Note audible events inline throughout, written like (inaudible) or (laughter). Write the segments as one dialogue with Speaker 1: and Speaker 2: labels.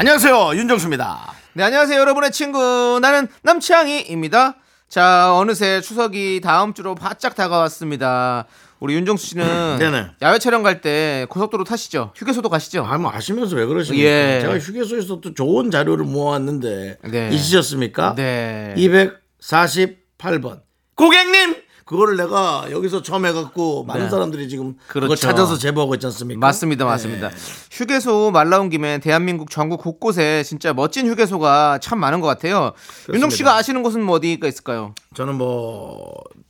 Speaker 1: 안녕하세요 윤정수입니다.
Speaker 2: 네, 안녕하세요, 여러분의 친구. 나는 남창희입니다. 자, 어느새 추석이 다음 주로 바짝 다가왔습니다. 우리 윤정수 씨는
Speaker 1: (laughs) 네네.
Speaker 2: 야외 촬영 갈 때 고속도로 타시죠? 휴게소도 가시죠?
Speaker 1: 아, 뭐 아시면서 왜 그러십니까?
Speaker 2: 예.
Speaker 1: 제가 휴게소에서 또 좋은 자료를 모아왔는데
Speaker 2: 네.
Speaker 1: 잊으셨습니까?
Speaker 2: 네.
Speaker 1: 248번 아, 고객님 그거를 내가 여기서 처음 해갖고 많은
Speaker 2: 네.
Speaker 1: 사람들이 지금 그걸
Speaker 2: 그렇죠.
Speaker 1: 찾아서 제보하고 있지 않습니까?
Speaker 2: 맞습니다,
Speaker 1: 네.
Speaker 2: 맞습니다. 휴게소 말 나온 김에 대한민국 전국 곳곳에 진짜 멋진 휴게소가 참 많은 것 같아요. 윤정 씨가 아시는 곳은 뭐 어디가 있을까요?
Speaker 1: 저는 뭐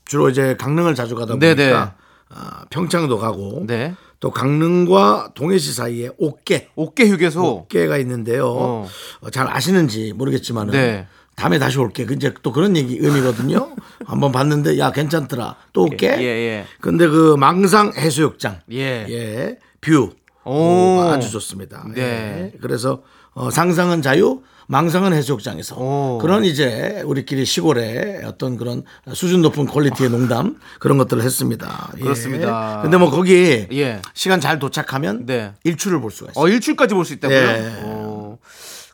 Speaker 1: 주로 이제 강릉을 자주 가다 보니까
Speaker 2: 네네.
Speaker 1: 아, 평창도 가고
Speaker 2: 네.
Speaker 1: 또 강릉과 동해시 사이에 옥계
Speaker 2: 옥계 휴게소.
Speaker 1: 옥계가 있는데요.
Speaker 2: 어.
Speaker 1: 어, 잘 아시는지 모르겠지만은
Speaker 2: 네.
Speaker 1: 다음에 다시 올게. 그 이제 또 그런 얘기
Speaker 2: (laughs)
Speaker 1: 의미거든요. 한번 봤는데 야 괜찮더라. 또 올게.
Speaker 2: 예, 예.
Speaker 1: 근데 그 망상 해수욕장
Speaker 2: 예.
Speaker 1: 뷰
Speaker 2: 오.
Speaker 1: 어, 아주 좋습니다.
Speaker 2: 네.
Speaker 1: 예. 그래서 어, 상상은 자유, 망상은 해수욕장에서
Speaker 2: 오.
Speaker 1: 그런 이제 우리끼리 시골의 어떤 그런 수준 높은 퀄리티의 농담 그런 것들을 했습니다. 예.
Speaker 2: 그렇습니다.
Speaker 1: 근데 뭐 거기
Speaker 2: 예.
Speaker 1: 시간 잘 도착하면
Speaker 2: 네.
Speaker 1: 일출을 볼 수가 있어요.
Speaker 2: 어, 일출까지 볼 수 있다고요?
Speaker 1: 예.
Speaker 2: 어.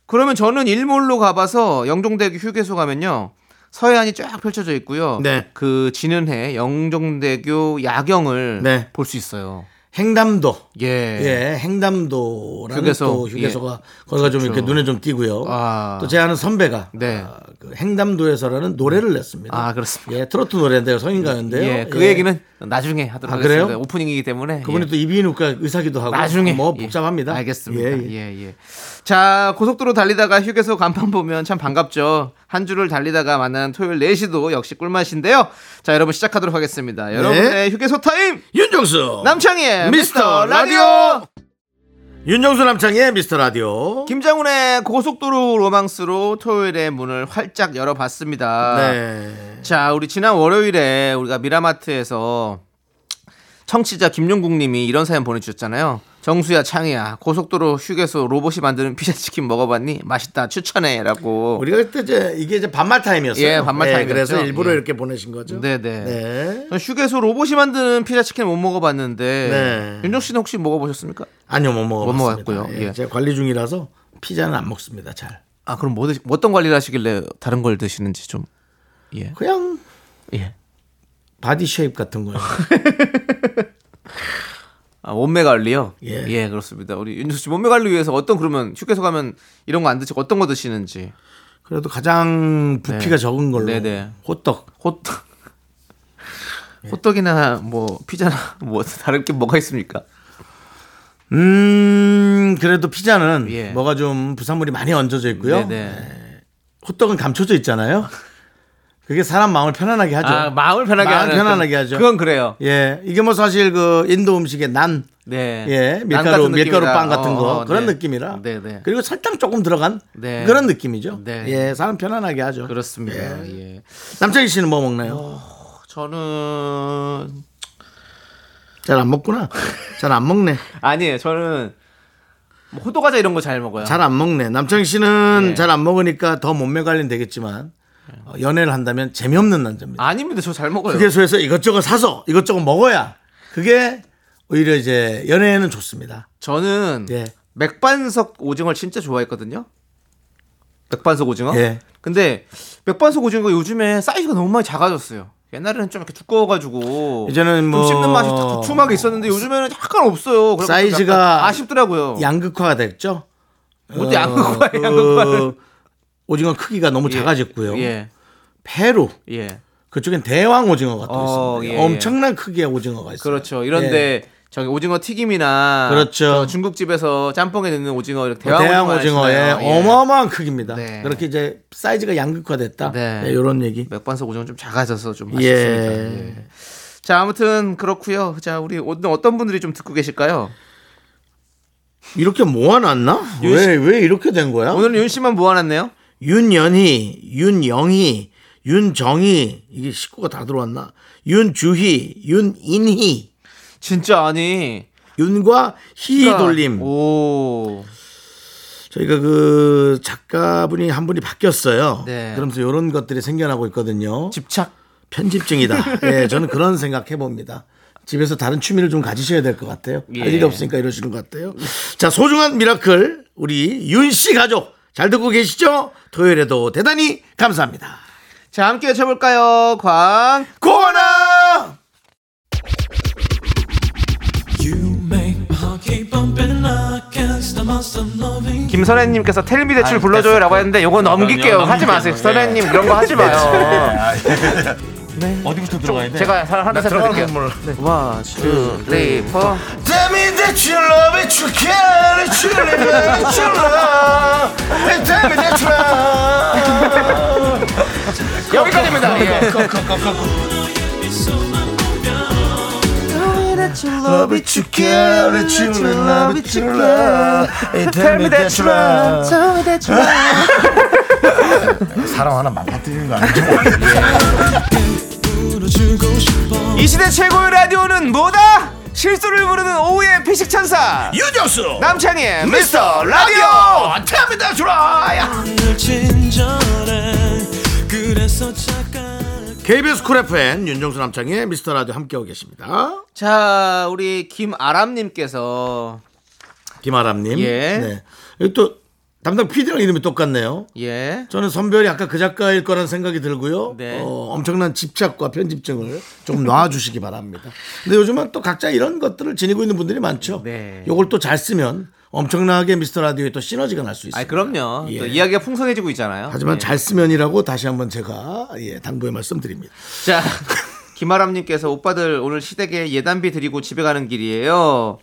Speaker 2: 그러면 저는 일몰로 가봐서 영종대교 휴게소 가면요. 서해안이 쫙 펼쳐져 있고요.
Speaker 1: 네.
Speaker 2: 그 지는 해 영종대교 야경을
Speaker 1: 네.
Speaker 2: 볼 수 있어요.
Speaker 1: 행담도
Speaker 2: 예.
Speaker 1: 예, 행담도라는
Speaker 2: 휴게소. 예. 그렇죠.
Speaker 1: 또 휴게소가 거기가 좀 이렇게 눈에 좀 띄고요.
Speaker 2: 아.
Speaker 1: 또 제 아는 선배가
Speaker 2: 네.
Speaker 1: 아, 그 행담도에서라는 노래를 냈습니다.
Speaker 2: 아, 그렇습니다.
Speaker 1: 예, 트로트 노래인데요, 성인가요인데요.
Speaker 2: 예, 그
Speaker 1: 예.
Speaker 2: 얘기는 나중에 하도록
Speaker 1: 아, 그래요?
Speaker 2: 하겠습니다. 오프닝이기 때문에.
Speaker 1: 그분이
Speaker 2: 예.
Speaker 1: 또 이비인후과 의사기도 하고
Speaker 2: 나중에
Speaker 1: 뭐
Speaker 2: 예.
Speaker 1: 복잡합니다.
Speaker 2: 알겠습니다.
Speaker 1: 예,
Speaker 2: 예,
Speaker 1: 예.
Speaker 2: 예. 자, 고속도로 달리다가 휴게소 간판 보면 참 반갑죠. 한 주를 달리다가 만난 토요일 4시도 역시 꿀맛인데요. 자, 여러분 시작하도록 하겠습니다. 여러분의 휴게소 타임
Speaker 1: 윤정수
Speaker 2: 남창희의
Speaker 1: 미스터 라디오. 윤정수 남창의 미스터 라디오.
Speaker 2: 김장훈의 고속도로 로망스로 토요일의 문을 활짝 열어봤습니다.
Speaker 1: 네.
Speaker 2: 자, 우리 지난 월요일에 우리가 미라마트에서 청취자 김용국님이 이런 사연 보내주셨잖아요. 정수야, 창이야, 고속도로 휴게소 로봇이 만드는 피자치킨 먹어봤니? 맛있다, 추천해라고.
Speaker 1: 우리가 그때 이제 이게 이제 반말 타임이었어요.
Speaker 2: 예, 반말 타임이었죠.
Speaker 1: 그래서 일부러
Speaker 2: 예.
Speaker 1: 이렇게 보내신 거죠.
Speaker 2: 네네. 어,
Speaker 1: 네.
Speaker 2: 전 휴게소 로봇이 만드는 피자치킨 못 먹어봤는데
Speaker 1: 네.
Speaker 2: 윤정 씨는 혹시 먹어보셨습니까?
Speaker 1: 아니요, 못 먹어봤습니다.
Speaker 2: 먹었고요.
Speaker 1: 예,
Speaker 2: 예.
Speaker 1: 제가 관리 중이라서 피자는 안 먹습니다. 잘.
Speaker 2: 아 그럼 뭐 드시, 어떤 관리를 하시길래 다른 걸 드시는지 좀 예.
Speaker 1: 그냥
Speaker 2: 예.
Speaker 1: 바디 쉐입 같은 거요.
Speaker 2: 아, 몸매 관리요?
Speaker 1: 예.
Speaker 2: 그렇습니다. 우리 윤정 씨 몸매 관리 위해서 어떤 그러면 휴게소 가면 이런 거 안 드시고 어떤 거 드시는지.
Speaker 1: 그래도 가장 부피가
Speaker 2: 네.
Speaker 1: 적은 걸로
Speaker 2: 네네.
Speaker 1: 호떡.
Speaker 2: 호떡. (laughs) 호떡이나 뭐 피자나 (laughs) 뭐 다른 게 뭐가 있습니까?
Speaker 1: 음 그래도 피자는
Speaker 2: 예.
Speaker 1: 뭐가 좀 부산물이 많이 얹어져 있고요.
Speaker 2: 네네.
Speaker 1: 호떡은 감춰져 있잖아요. 그게 사람 마음을 편안하게 하죠.
Speaker 2: 아 마음을 편하게
Speaker 1: 마음
Speaker 2: 하는
Speaker 1: 편안하게
Speaker 2: 그-
Speaker 1: 하죠.
Speaker 2: 그건 그래요.
Speaker 1: 예, 이게 뭐 사실 그 인도 음식의 난,
Speaker 2: 네.
Speaker 1: 예,
Speaker 2: 난
Speaker 1: 밀가루
Speaker 2: 같은
Speaker 1: 밀가루
Speaker 2: 느낌이라.
Speaker 1: 빵 같은 거
Speaker 2: 어, 어,
Speaker 1: 그런
Speaker 2: 네.
Speaker 1: 느낌이라.
Speaker 2: 네네.
Speaker 1: 그리고 설탕 조금 들어간
Speaker 2: 네.
Speaker 1: 그런 느낌이죠.
Speaker 2: 네.
Speaker 1: 예, 사람 편안하게 하죠.
Speaker 2: 그렇습니다. 예.
Speaker 1: 남창희 씨는 뭐 먹나요?
Speaker 2: 저는
Speaker 1: 잘 안 먹구나. 잘 안 먹네.
Speaker 2: 아니에요. 저는 뭐 호두과자 이런 거 잘 먹어요.
Speaker 1: 잘 안 먹네. 남창희 씨는
Speaker 2: 예.
Speaker 1: 잘 안 먹으니까 더 몸매 관리는 되겠지만 어, 연애를 한다면 재미없는 남자입니다.
Speaker 2: 아닙니다. 저 잘 먹어요.
Speaker 1: 휴게소에서 그 이것저것 사서 이것저것 먹어야 그게 오히려 이제 연애에는 좋습니다.
Speaker 2: 저는
Speaker 1: 예.
Speaker 2: 맥반석 오징어를 진짜 좋아했거든요. 맥반석 오징어.
Speaker 1: 예.
Speaker 2: 근데 맥반석 오징어 요즘에 사이즈가 너무 많이 작아졌어요. 옛날에는 좀 이렇게 두꺼워가지고
Speaker 1: 이제는 뭐- 어.
Speaker 2: 좀 씹는 맛이 딱 두툼하게 있었는데 요즘에는 약간 없어요. 그래서
Speaker 1: 사이즈가
Speaker 2: 약간 아쉽더라고요.
Speaker 1: 양극화가 됐죠.
Speaker 2: 어때 양극화
Speaker 1: 그
Speaker 2: 양극화.
Speaker 1: 오징어 크기가 너무 작아졌고요.
Speaker 2: 예.
Speaker 1: 페루
Speaker 2: 예.
Speaker 1: 그쪽엔 대왕 오징어가 또
Speaker 2: 어,
Speaker 1: 있습니다.
Speaker 2: 예, 예.
Speaker 1: 엄청난 크기의 오징어가 있어요.
Speaker 2: 그렇죠. 이런데 저기 오징어 튀김이나
Speaker 1: 예. 그렇죠. 뭐
Speaker 2: 저 중국집에서 짬뽕에 넣는 오징어 이렇게 대왕,
Speaker 1: 대왕
Speaker 2: 오징어
Speaker 1: 오징어의
Speaker 2: 아시나요? 예.
Speaker 1: 어마어마한 크기입니다.
Speaker 2: 네.
Speaker 1: 그렇게 이제 사이즈가 양극화됐다.
Speaker 2: 네.
Speaker 1: 네, 이런 얘기.
Speaker 2: 맥반석 오징어 좀 작아져서 좀 아쉽습니다.
Speaker 1: 예.
Speaker 2: 예. 어, 자 아무튼 그렇고요. 자 우리 오늘 어떤 분들이 좀 듣고 계실까요?
Speaker 1: 이렇게 모아놨나? 왜 왜 이렇게 된 거야?
Speaker 2: 오늘은 윤 씨만 모아놨네요.
Speaker 1: 윤연희, 윤영희, 윤정희 이게 식구가 다 들어왔나? 윤주희, 윤인희,
Speaker 2: 진짜 아니. 그러니까
Speaker 1: 윤과 희 돌림.
Speaker 2: 뭐 오.
Speaker 1: 저희가 그 작가분이 한 분이 바뀌었어요.
Speaker 2: 네.
Speaker 1: 그러면서 이런 것들이 생겨나고 있거든요.
Speaker 2: 집착. (laughs)
Speaker 1: 편집증이다. 예, 저는 그런 생각 해봅니다. 집에서 다른 취미를 좀 가지셔야 될 것 같아요. 할
Speaker 2: 예.
Speaker 1: 일이 없으니까 이러시는 것 같아요. 자, 소중한 미라클 우리 윤 씨 가족 잘 듣고 계시죠? 토요일에도 대단히 감사합니다.
Speaker 2: 자, 함께 외쳐볼까요? 광.
Speaker 1: 고원아!
Speaker 2: 김선혜님께서 텔미 대출 불러줘요라고 했는데 요거 넘길게요. 예. 네. 하지 마세요. 선혜님 그런 거 하지 마요.
Speaker 3: 어디부터 들어가야 돼?
Speaker 2: 제가 네. 하나 서 드릴게요. 네. 원, 투, 쓰리, 포.
Speaker 1: Tell me that you love it, you care it, you live it, you love it. Tell me that you love it.
Speaker 2: 여기까지입니다. 예.
Speaker 1: Love it, you care it, you love it, you love it. Tell me that you love it.
Speaker 3: 사람 하나 망가뜨리는 거 아니죠?
Speaker 1: 예.
Speaker 2: 이 시대 최고의 라디오는 뭐다? 실수를 부르는 오후의 피식 천사
Speaker 1: 유정수,
Speaker 2: 남창희
Speaker 1: 미스터 라디오. Tell me that you love it. KBS 쿨 FM 윤정수 남창의 미스터 라디오 함께하고 계십니다.
Speaker 2: 자 우리 김아람님께서
Speaker 1: 김아람님.
Speaker 2: 예.
Speaker 1: 네. 여기 또 담당 PD랑 이름이 똑같네요.
Speaker 2: 예
Speaker 1: 저는 선별이 아까 그 작가일 거란 생각이 들고요.
Speaker 2: 네.
Speaker 1: 어, 엄청난 집착과 편집증을 좀 놔주시기 바랍니다. 근데 요즘은 또 각자 이런 것들을 지니고 있는 분들이 많죠.
Speaker 2: 네.
Speaker 1: 요걸 또 잘 쓰면 엄청나게 미스터 라디오에 또 시너지가 날 수 있어요.
Speaker 2: 아 그럼요
Speaker 1: 예.
Speaker 2: 또 이야기가 풍성해지고 있잖아요
Speaker 1: 하지만
Speaker 2: 예.
Speaker 1: 잘 쓰면이라고 다시 한번 제가 예, 당부의 말씀드립니다.
Speaker 2: 자 (laughs) 김아람님께서 오빠들 오늘 시댁에 예단비 드리고 집에 가는 길이에요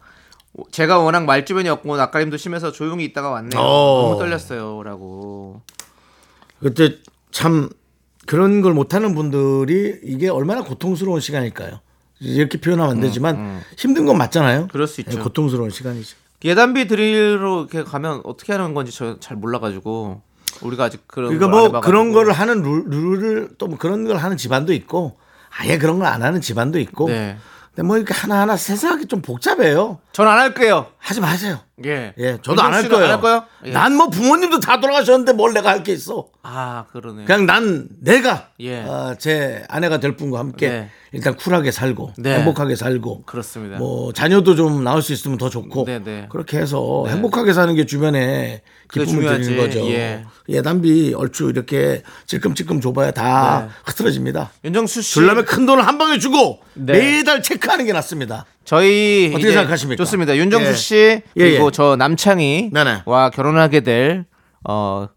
Speaker 2: 제가 워낙 말주변이 없고 낯가림도 심해서 조용히 있다가 왔네요
Speaker 1: 어.
Speaker 2: 너무 떨렸어요 라고
Speaker 1: 그때 참 그런 걸 못하는 분들이 이게 얼마나 고통스러운 시간일까요? 이렇게 표현하면 안 되지만 힘든 건 맞잖아요.
Speaker 2: 음, 그럴 수 있죠.
Speaker 1: 예, 고통스러운 시간이죠.
Speaker 2: 예단비 드리러 이렇게 가면 어떻게 하는 건지 저 잘 몰라가지고 우리가 아직 그런
Speaker 1: 그러니까
Speaker 2: 걸안
Speaker 1: 뭐
Speaker 2: 해봐가지고.
Speaker 1: 그런 거를 하는 룰, 룰을 또뭐 그런 걸 하는 집안도 있고 아예 그런 걸 안 하는 집안도 있고
Speaker 2: 네.
Speaker 1: 근데 뭐 이렇게 하나하나 세세하게 좀 복잡해요.
Speaker 2: 전 안 할게요
Speaker 1: 하지 마세요.
Speaker 2: 예.
Speaker 1: 예, 저도 안 할
Speaker 2: 윤정 씨도
Speaker 1: 거예요.
Speaker 2: 안할 거예요? 예.
Speaker 1: 난 뭐 부모님도 다 돌아가셨는데 뭘 내가 할 게 있어.
Speaker 2: 아, 그러네요.
Speaker 1: 그냥 난 내가
Speaker 2: 예.
Speaker 1: 어, 제 아내가 될 분과 함께
Speaker 2: 네.
Speaker 1: 일단 쿨하게 살고
Speaker 2: 네.
Speaker 1: 행복하게 살고
Speaker 2: 그렇습니다.
Speaker 1: 뭐 자녀도 좀 나올 수 있으면 더 좋고
Speaker 2: 네, 네.
Speaker 1: 그렇게 해서 행복하게 사는 게 주변에
Speaker 2: 그게
Speaker 1: 기쁨을 드리는
Speaker 2: 중요하지.
Speaker 1: 거죠.
Speaker 2: 예.
Speaker 1: 예. 단비 얼추 이렇게 찔끔찔끔 좁아야 다 흐트러집니다.
Speaker 2: 윤정수 씨.
Speaker 1: 네. 줄라면 큰 돈을 한 방에 주고
Speaker 2: 네.
Speaker 1: 매달 체크하는 게 낫습니다.
Speaker 2: 저희
Speaker 1: 어떻게
Speaker 2: 이제
Speaker 1: 생각하십니까?
Speaker 2: 좋습니다. 윤정수
Speaker 1: 예.
Speaker 2: 씨 그리고
Speaker 1: 예, 예.
Speaker 2: 저 남창희
Speaker 1: 네네.
Speaker 2: 와 결혼하게 될 어,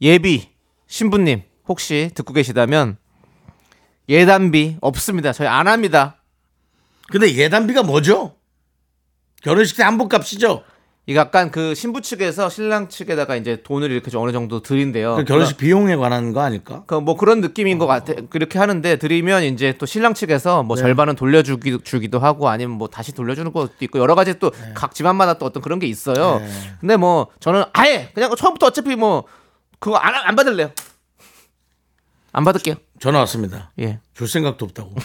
Speaker 2: 예비 신부님 혹시 듣고 계시다면 예단비 없습니다. 저희 안 합니다.
Speaker 1: 근데 예단비가 뭐죠? 결혼식 때 한복값이죠.
Speaker 2: 이 약간 그 신부 측에서 신랑 측에다가 이제 돈을 이렇게 좀 어느 정도 드린대요.
Speaker 1: 그 결혼식 비용에 관한 거 아닐까?
Speaker 2: 그 뭐 그런 느낌인 것 같아. 그렇게 하는데 드리면 이제 또 신랑 측에서
Speaker 1: 네.
Speaker 2: 뭐 절반은 돌려주기도 주기도 하고 아니면 뭐 다시 돌려주는 것도 있고 여러 가지 또
Speaker 1: 네.
Speaker 2: 각 집안마다 또 어떤 그런 게 있어요. 근데 뭐 저는 아예 그냥 처음부터 어차피 뭐 그거 안, 안 받을래요. 안 받을게요.
Speaker 1: 전화 왔습니다.
Speaker 2: 예.
Speaker 1: 줄 생각도 없다고. (laughs)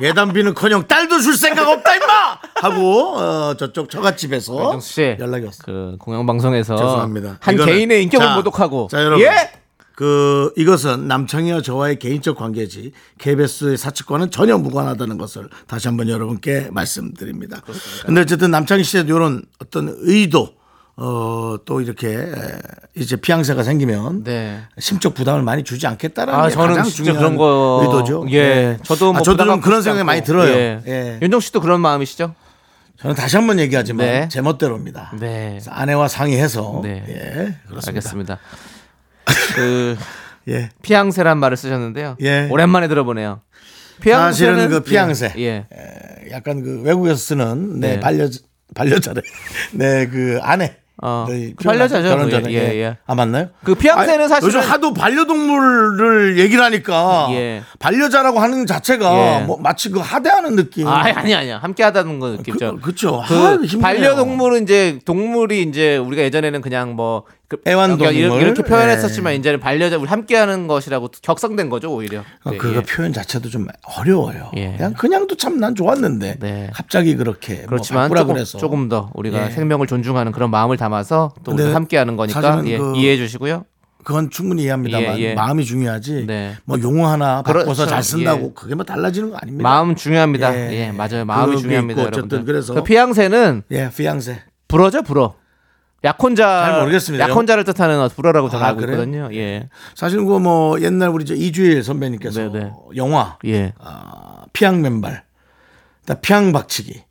Speaker 1: 예단비는커녕 딸도 줄 생각 없다 임마 하고 어, 저쪽 처갓집에서
Speaker 2: 아, 정수 씨
Speaker 1: 연락이 왔어.
Speaker 2: 그 공영방송에서
Speaker 1: 죄송합니다.
Speaker 2: 한
Speaker 1: 이거는-
Speaker 2: 개인의 인격을
Speaker 1: 자,
Speaker 2: 모독하고
Speaker 1: 자, 여러분.
Speaker 2: 예?
Speaker 1: 그 이것은 남창희와 저와의 개인적 관계지 KBS의 사측과는 전혀 무관하다는 것을 다시 한번 여러분께 말씀드립니다. 근데 어쨌든 남창희 씨의 이런 어떤 의도 어, 또 이렇게 에, 이제 피양새가 생기면
Speaker 2: 네.
Speaker 1: 심적 부담을 많이 주지 않겠다라는
Speaker 2: 아,
Speaker 1: 게
Speaker 2: 저는
Speaker 1: 가장
Speaker 2: 진짜
Speaker 1: 중요한
Speaker 2: 그런 거
Speaker 1: 의도죠.
Speaker 2: 예,
Speaker 1: 네.
Speaker 2: 저도 뭐
Speaker 1: 아, 저도 좀
Speaker 2: 부담
Speaker 1: 그런
Speaker 2: 갖지
Speaker 1: 생각이
Speaker 2: 않고.
Speaker 1: 많이 들어요.
Speaker 2: 예.
Speaker 1: 예.
Speaker 2: 윤정 씨도 그런 마음이시죠?
Speaker 1: 저는 다시 한 번 얘기하지만
Speaker 2: 네.
Speaker 1: 제 멋대로입니다.
Speaker 2: 네.
Speaker 1: 그래서 아내와 상의해서
Speaker 2: 네.
Speaker 1: 예 그렇습니다.
Speaker 2: 알겠습니다. 그
Speaker 1: 예
Speaker 2: 피앙새란 말을 쓰셨는데요.
Speaker 1: 예.
Speaker 2: 오랜만에 들어보네요.
Speaker 1: 사실은 그 피앙새.
Speaker 2: 예.
Speaker 1: 약간 그 외국에서 쓰는 내
Speaker 2: 네.
Speaker 1: 반려 반려자래 내 그 아내
Speaker 2: 어,
Speaker 1: 저희
Speaker 2: 그 반려자죠.
Speaker 1: 결혼
Speaker 2: 그,
Speaker 1: 전에.
Speaker 2: 예, 예.
Speaker 1: 아 맞나요?
Speaker 2: 그 피앙세는
Speaker 1: 아니,
Speaker 2: 사실은-
Speaker 1: 요즘 하도 반려동물을 얘기를 하니까
Speaker 2: 예.
Speaker 1: 반려자라고 하는 자체가
Speaker 2: 예.
Speaker 1: 뭐 마치 그 하대하는 느낌.
Speaker 2: 아, 아니 아니야. 함께 하다는 건 느낌이죠.
Speaker 1: 그, 그쵸.
Speaker 2: 그
Speaker 1: 아, 힘드네요.
Speaker 2: 반려동물은 이제 동물이 이제 우리가 예전에는 그냥 뭐 그-
Speaker 1: 애완동물. 예.
Speaker 2: 이렇게, 이렇게 표현했었지만 이제는 반려자 우리 함께하는 것이라고 격상된 거죠 오히려.
Speaker 1: 어,
Speaker 2: 네,
Speaker 1: 그거
Speaker 2: 예.
Speaker 1: 표현 자체도 좀 어려워요.
Speaker 2: 예.
Speaker 1: 그냥 그냥도 참 난 좋았는데
Speaker 2: 네.
Speaker 1: 갑자기 그렇게
Speaker 2: 그렇지만
Speaker 1: 뭐 바꾸라
Speaker 2: 조금,
Speaker 1: 그래서
Speaker 2: 조금 더 우리가
Speaker 1: 예.
Speaker 2: 생명을 존중하는 그런 마음을 담아서 또 우리
Speaker 1: 근데
Speaker 2: 함께하는 거니까
Speaker 1: 사실은
Speaker 2: 예,
Speaker 1: 그-
Speaker 2: 이해해 주시고요.
Speaker 1: 그건 충분히 이해합니다만
Speaker 2: 예, 예.
Speaker 1: 마음이 중요하지.
Speaker 2: 네.
Speaker 1: 뭐 용어 하나 바꿔서
Speaker 2: 그렇죠.
Speaker 1: 잘 쓴다고
Speaker 2: 예.
Speaker 1: 그게 뭐 달라지는 거 아닙니다.
Speaker 2: 마음 중요합니다. 예,
Speaker 1: 예.
Speaker 2: 맞아요. 마음이
Speaker 1: 그게
Speaker 2: 중요합니다.
Speaker 1: 있고 어쨌든
Speaker 2: 여러분들.
Speaker 1: 그래서-
Speaker 2: 그 피앙새는
Speaker 1: 예, 피앙세.
Speaker 2: 불어죠 불어. 약혼자
Speaker 1: 잘 모르겠습니다.
Speaker 2: 약혼자를 뜻하는 불어라고 저는
Speaker 1: 아,
Speaker 2: 알고
Speaker 1: 그래요?
Speaker 2: 있거든요. 예,
Speaker 1: 사실 그 뭐 옛날 우리 저 이주일 선배님께서
Speaker 2: 네, 네.
Speaker 1: 영화
Speaker 2: 예.
Speaker 1: 아, 피양 맨발, 그다음 피양 박치기,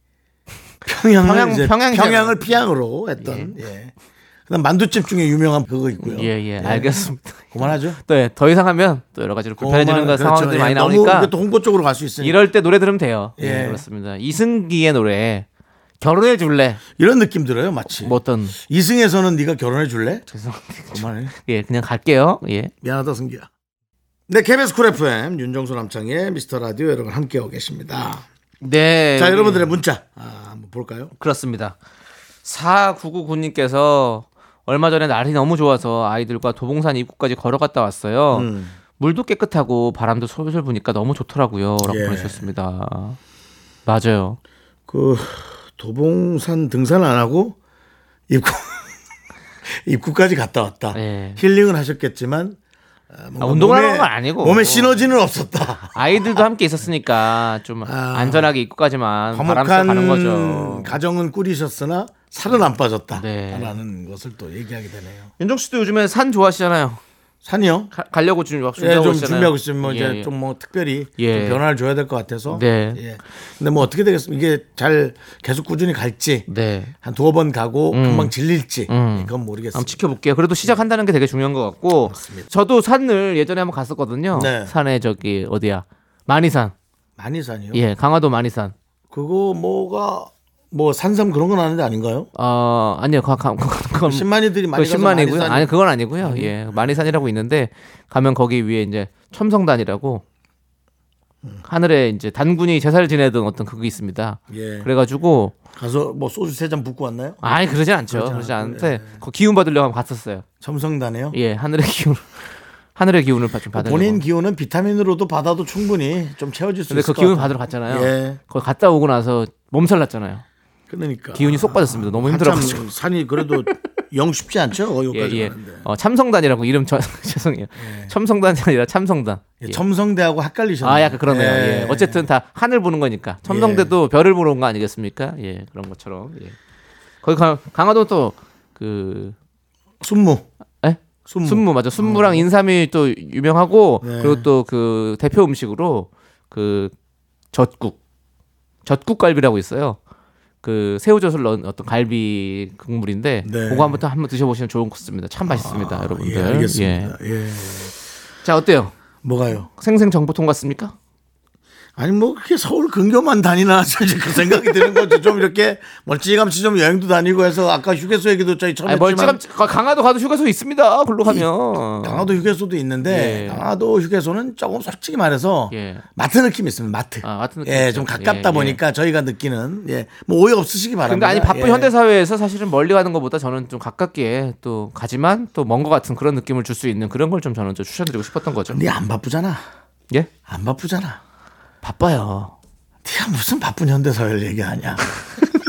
Speaker 1: 평양을
Speaker 2: 평양-
Speaker 1: 이제
Speaker 2: 평양-
Speaker 1: 평양을 피양으로 했던 예. 그다음 만두집 중에 유명한 그거 있고요.
Speaker 2: 예, 예,
Speaker 1: 네.
Speaker 2: 알겠습니다.
Speaker 1: 그만하죠.
Speaker 2: 또 예, 더 이상 하면 또 여러 가지로 불편해지는
Speaker 1: 그거만-
Speaker 2: 거 상황들이
Speaker 1: 어, 그렇죠.
Speaker 2: 많이
Speaker 1: 예, 너무
Speaker 2: 나오니까
Speaker 1: 이게 또 홍보 쪽으로 갈 수 있으니까
Speaker 2: 이럴 때 노래 들으면 돼요. 예.
Speaker 1: 예.
Speaker 2: 그렇습니다. 이승기의 노래 결혼해 줄래?
Speaker 1: 이런 느낌 들어요, 마치.
Speaker 2: 뭐 어떤
Speaker 1: 이승에서는 네가 결혼해 줄래?
Speaker 2: 죄송합니다.
Speaker 1: 그만해.
Speaker 2: 예, 그냥 갈게요. 예.
Speaker 1: 미안하다 승기야. 네, KBS 쿨 FM 윤정수 남창의 미스터 라디오 여러분 함께하고 계십니다.
Speaker 2: 네.
Speaker 1: 자,
Speaker 2: 우리-
Speaker 1: 여러분들의 문자 아, 한번 볼까요?
Speaker 2: 그렇습니다. 4999님께서 얼마 전에 날이 너무 좋아서 아이들과 도봉산 입구까지 걸어갔다 왔어요.
Speaker 1: 음.
Speaker 2: 물도 깨끗하고 바람도 솔솔 부니까 너무 좋더라고요. 라고
Speaker 1: 예.
Speaker 2: 보내주셨습니다. 맞아요.
Speaker 1: 그 도봉산 등산 안 하고 입구 (laughs) 입구까지 갔다 왔다.
Speaker 2: 예.
Speaker 1: 힐링은 하셨겠지만 아, 뭔가
Speaker 2: 아, 운동을
Speaker 1: 몸에-
Speaker 2: 하는 건 아니고.
Speaker 1: 몸에 시너지는 없었다.
Speaker 2: 아이들도 함께 있었으니까 좀
Speaker 1: 아,
Speaker 2: 안전하게 입구까지만 (laughs) 바람 쐬고 가는 거죠.
Speaker 1: 과묵한 가정은 꾸리셨으나 살은 안 빠졌다.
Speaker 2: 네.
Speaker 1: 라는 것을 또 얘기하게 되네요.
Speaker 2: 윤정 씨도 요즘에 산 좋아하시잖아요.
Speaker 1: 산이요?
Speaker 2: 가, 가려고 지금 막
Speaker 1: 예,
Speaker 2: 준비하고
Speaker 1: 좀
Speaker 2: 있잖아요.
Speaker 1: 준비하고 있으면 뭐 이제
Speaker 2: 예,
Speaker 1: 좀 뭐 특별히
Speaker 2: 예.
Speaker 1: 좀 변화를 줘야 될 것 같아서.
Speaker 2: 네.
Speaker 1: 예. 근데 뭐 어떻게 되겠습니까? 이게 잘 계속 꾸준히 갈지
Speaker 2: 네.
Speaker 1: 한 두어 번 가고
Speaker 2: 음.
Speaker 1: 금방 질릴지 이건 모르겠어요.
Speaker 2: 한번 지켜볼게요. 그래도 시작한다는 게 되게 중요한 것 같고 저도 산을 예전에 한번 갔었거든요.
Speaker 1: 네.
Speaker 2: 산에 저기 어디야? 마니산.
Speaker 1: 많이 산이요?
Speaker 2: 예, 강화도 마니산.
Speaker 1: 그거 뭐가 뭐 산삼 그런 건 아닌데 아닌가요?
Speaker 2: 어, 아니요. 그, 그, 그, 그건
Speaker 1: 신만이들이
Speaker 2: 그
Speaker 1: 많이 가서 많이
Speaker 2: 신만이고요.
Speaker 1: 산-
Speaker 2: 아니 그건 아니고요. 예, 마니산이라고 있는데 가면 거기 위에 이제 첨성단이라고 음. 하늘에 이제 단군이 제사를 지내던 어떤 그게 있습니다.
Speaker 1: 예.
Speaker 2: 그래가지고
Speaker 1: 가서 뭐 소주 세 잔 붓고 왔나요?
Speaker 2: 아니 그러진 않죠. 그러지 않는데 그 기운 받으려고 한번 갔었어요.
Speaker 1: 첨성단에요. 그
Speaker 2: 예, 하늘의 기운, 하늘의 기운을 좀 받으려고.
Speaker 1: 본인 기운은 비타민으로도 받아도 충분히 좀 채워질 수
Speaker 2: 근데
Speaker 1: 있을
Speaker 2: 그
Speaker 1: 것
Speaker 2: 기운
Speaker 1: 같아요.
Speaker 2: 받으러 갔잖아요.
Speaker 1: 예.
Speaker 2: 거기 갔다 오고 나서 몸살 났잖아요.
Speaker 1: 그러니까
Speaker 2: 기운이 쏙 빠졌습니다. 너무
Speaker 1: 한참
Speaker 2: 힘들어가지고.
Speaker 1: 산이 그래도 영 쉽지 않죠.
Speaker 2: (laughs) 예,
Speaker 1: 거기까지
Speaker 2: 예.
Speaker 1: 가는데.
Speaker 2: 어, 참성단이라고 이름 저, (laughs) 죄송해요. 첨성단이 아니라 참성단.
Speaker 1: 예,
Speaker 2: 예.
Speaker 1: 첨성대하고 헷갈리셨네요.
Speaker 2: 아, 약간 그러네요. 예. 어쨌든 다 하늘 보는 거니까. 첨성대도
Speaker 1: 예.
Speaker 2: 별을 보러 온 거 아니겠습니까? 예, 그런 것처럼. 예. 거기 강, 강화도 또그
Speaker 1: 순무.
Speaker 2: 에?
Speaker 1: 순무.
Speaker 2: 예?
Speaker 1: 어.
Speaker 2: 순무 맞아. 순무랑 인삼이 또 유명하고
Speaker 1: 네.
Speaker 2: 그리고 또 그 대표 음식으로 그 젖국. 젖국갈비라고 있어요. 그 새우젓을 넣은 어떤 갈비 국물인데
Speaker 1: 네. 아,
Speaker 2: 그거 한번 또 한번 드셔보시면 좋은 것 같습니다. 참 맛있습니다, 여러분들.
Speaker 1: 예, 알겠습니다. 예.
Speaker 2: 예. 자 어때요?
Speaker 1: 뭐가요?
Speaker 2: 생생 정보통 같습니까?
Speaker 1: 아니 뭐 그렇게 서울 근교만 다니나 (laughs) 사실 그 생각이 드는 거지 좀 이렇게 멀찌감치 좀 여행도 다니고 해서 아까 휴게소 얘기도 저희 처음
Speaker 2: 아니,
Speaker 1: 했지만
Speaker 2: 멀찌감치 가- 강화도 가도 휴게소 있습니다. 글로 가면
Speaker 1: 강화도 휴게소도 있는데
Speaker 2: 예.
Speaker 1: 강화도 휴게소는 조금 솔직히 말해서
Speaker 2: 예.
Speaker 1: 마트 느낌이 있습니다. 마트.
Speaker 2: 아, 마트 느낌
Speaker 1: 예,
Speaker 2: 있죠.
Speaker 1: 좀 가깝다
Speaker 2: 예,
Speaker 1: 보니까 저희가 느끼는 예, 뭐 오해 없으시기
Speaker 2: 근데
Speaker 1: 바랍니다.
Speaker 2: 아니 바쁜
Speaker 1: 예.
Speaker 2: 현대 사회에서 사실은 멀리 가는 것보다 저는 좀 가깝게 또 가지만 또 먼 것 같은 그런 느낌을 줄 수 있는 그런 걸 좀 저는 좀 추천드리고 싶었던 거죠.
Speaker 1: 네안 바쁘잖아.
Speaker 2: 예?
Speaker 1: 안 바쁘잖아.
Speaker 2: 바빠요.
Speaker 1: 네가 무슨 바쁜 현대 사회를 얘기하냐.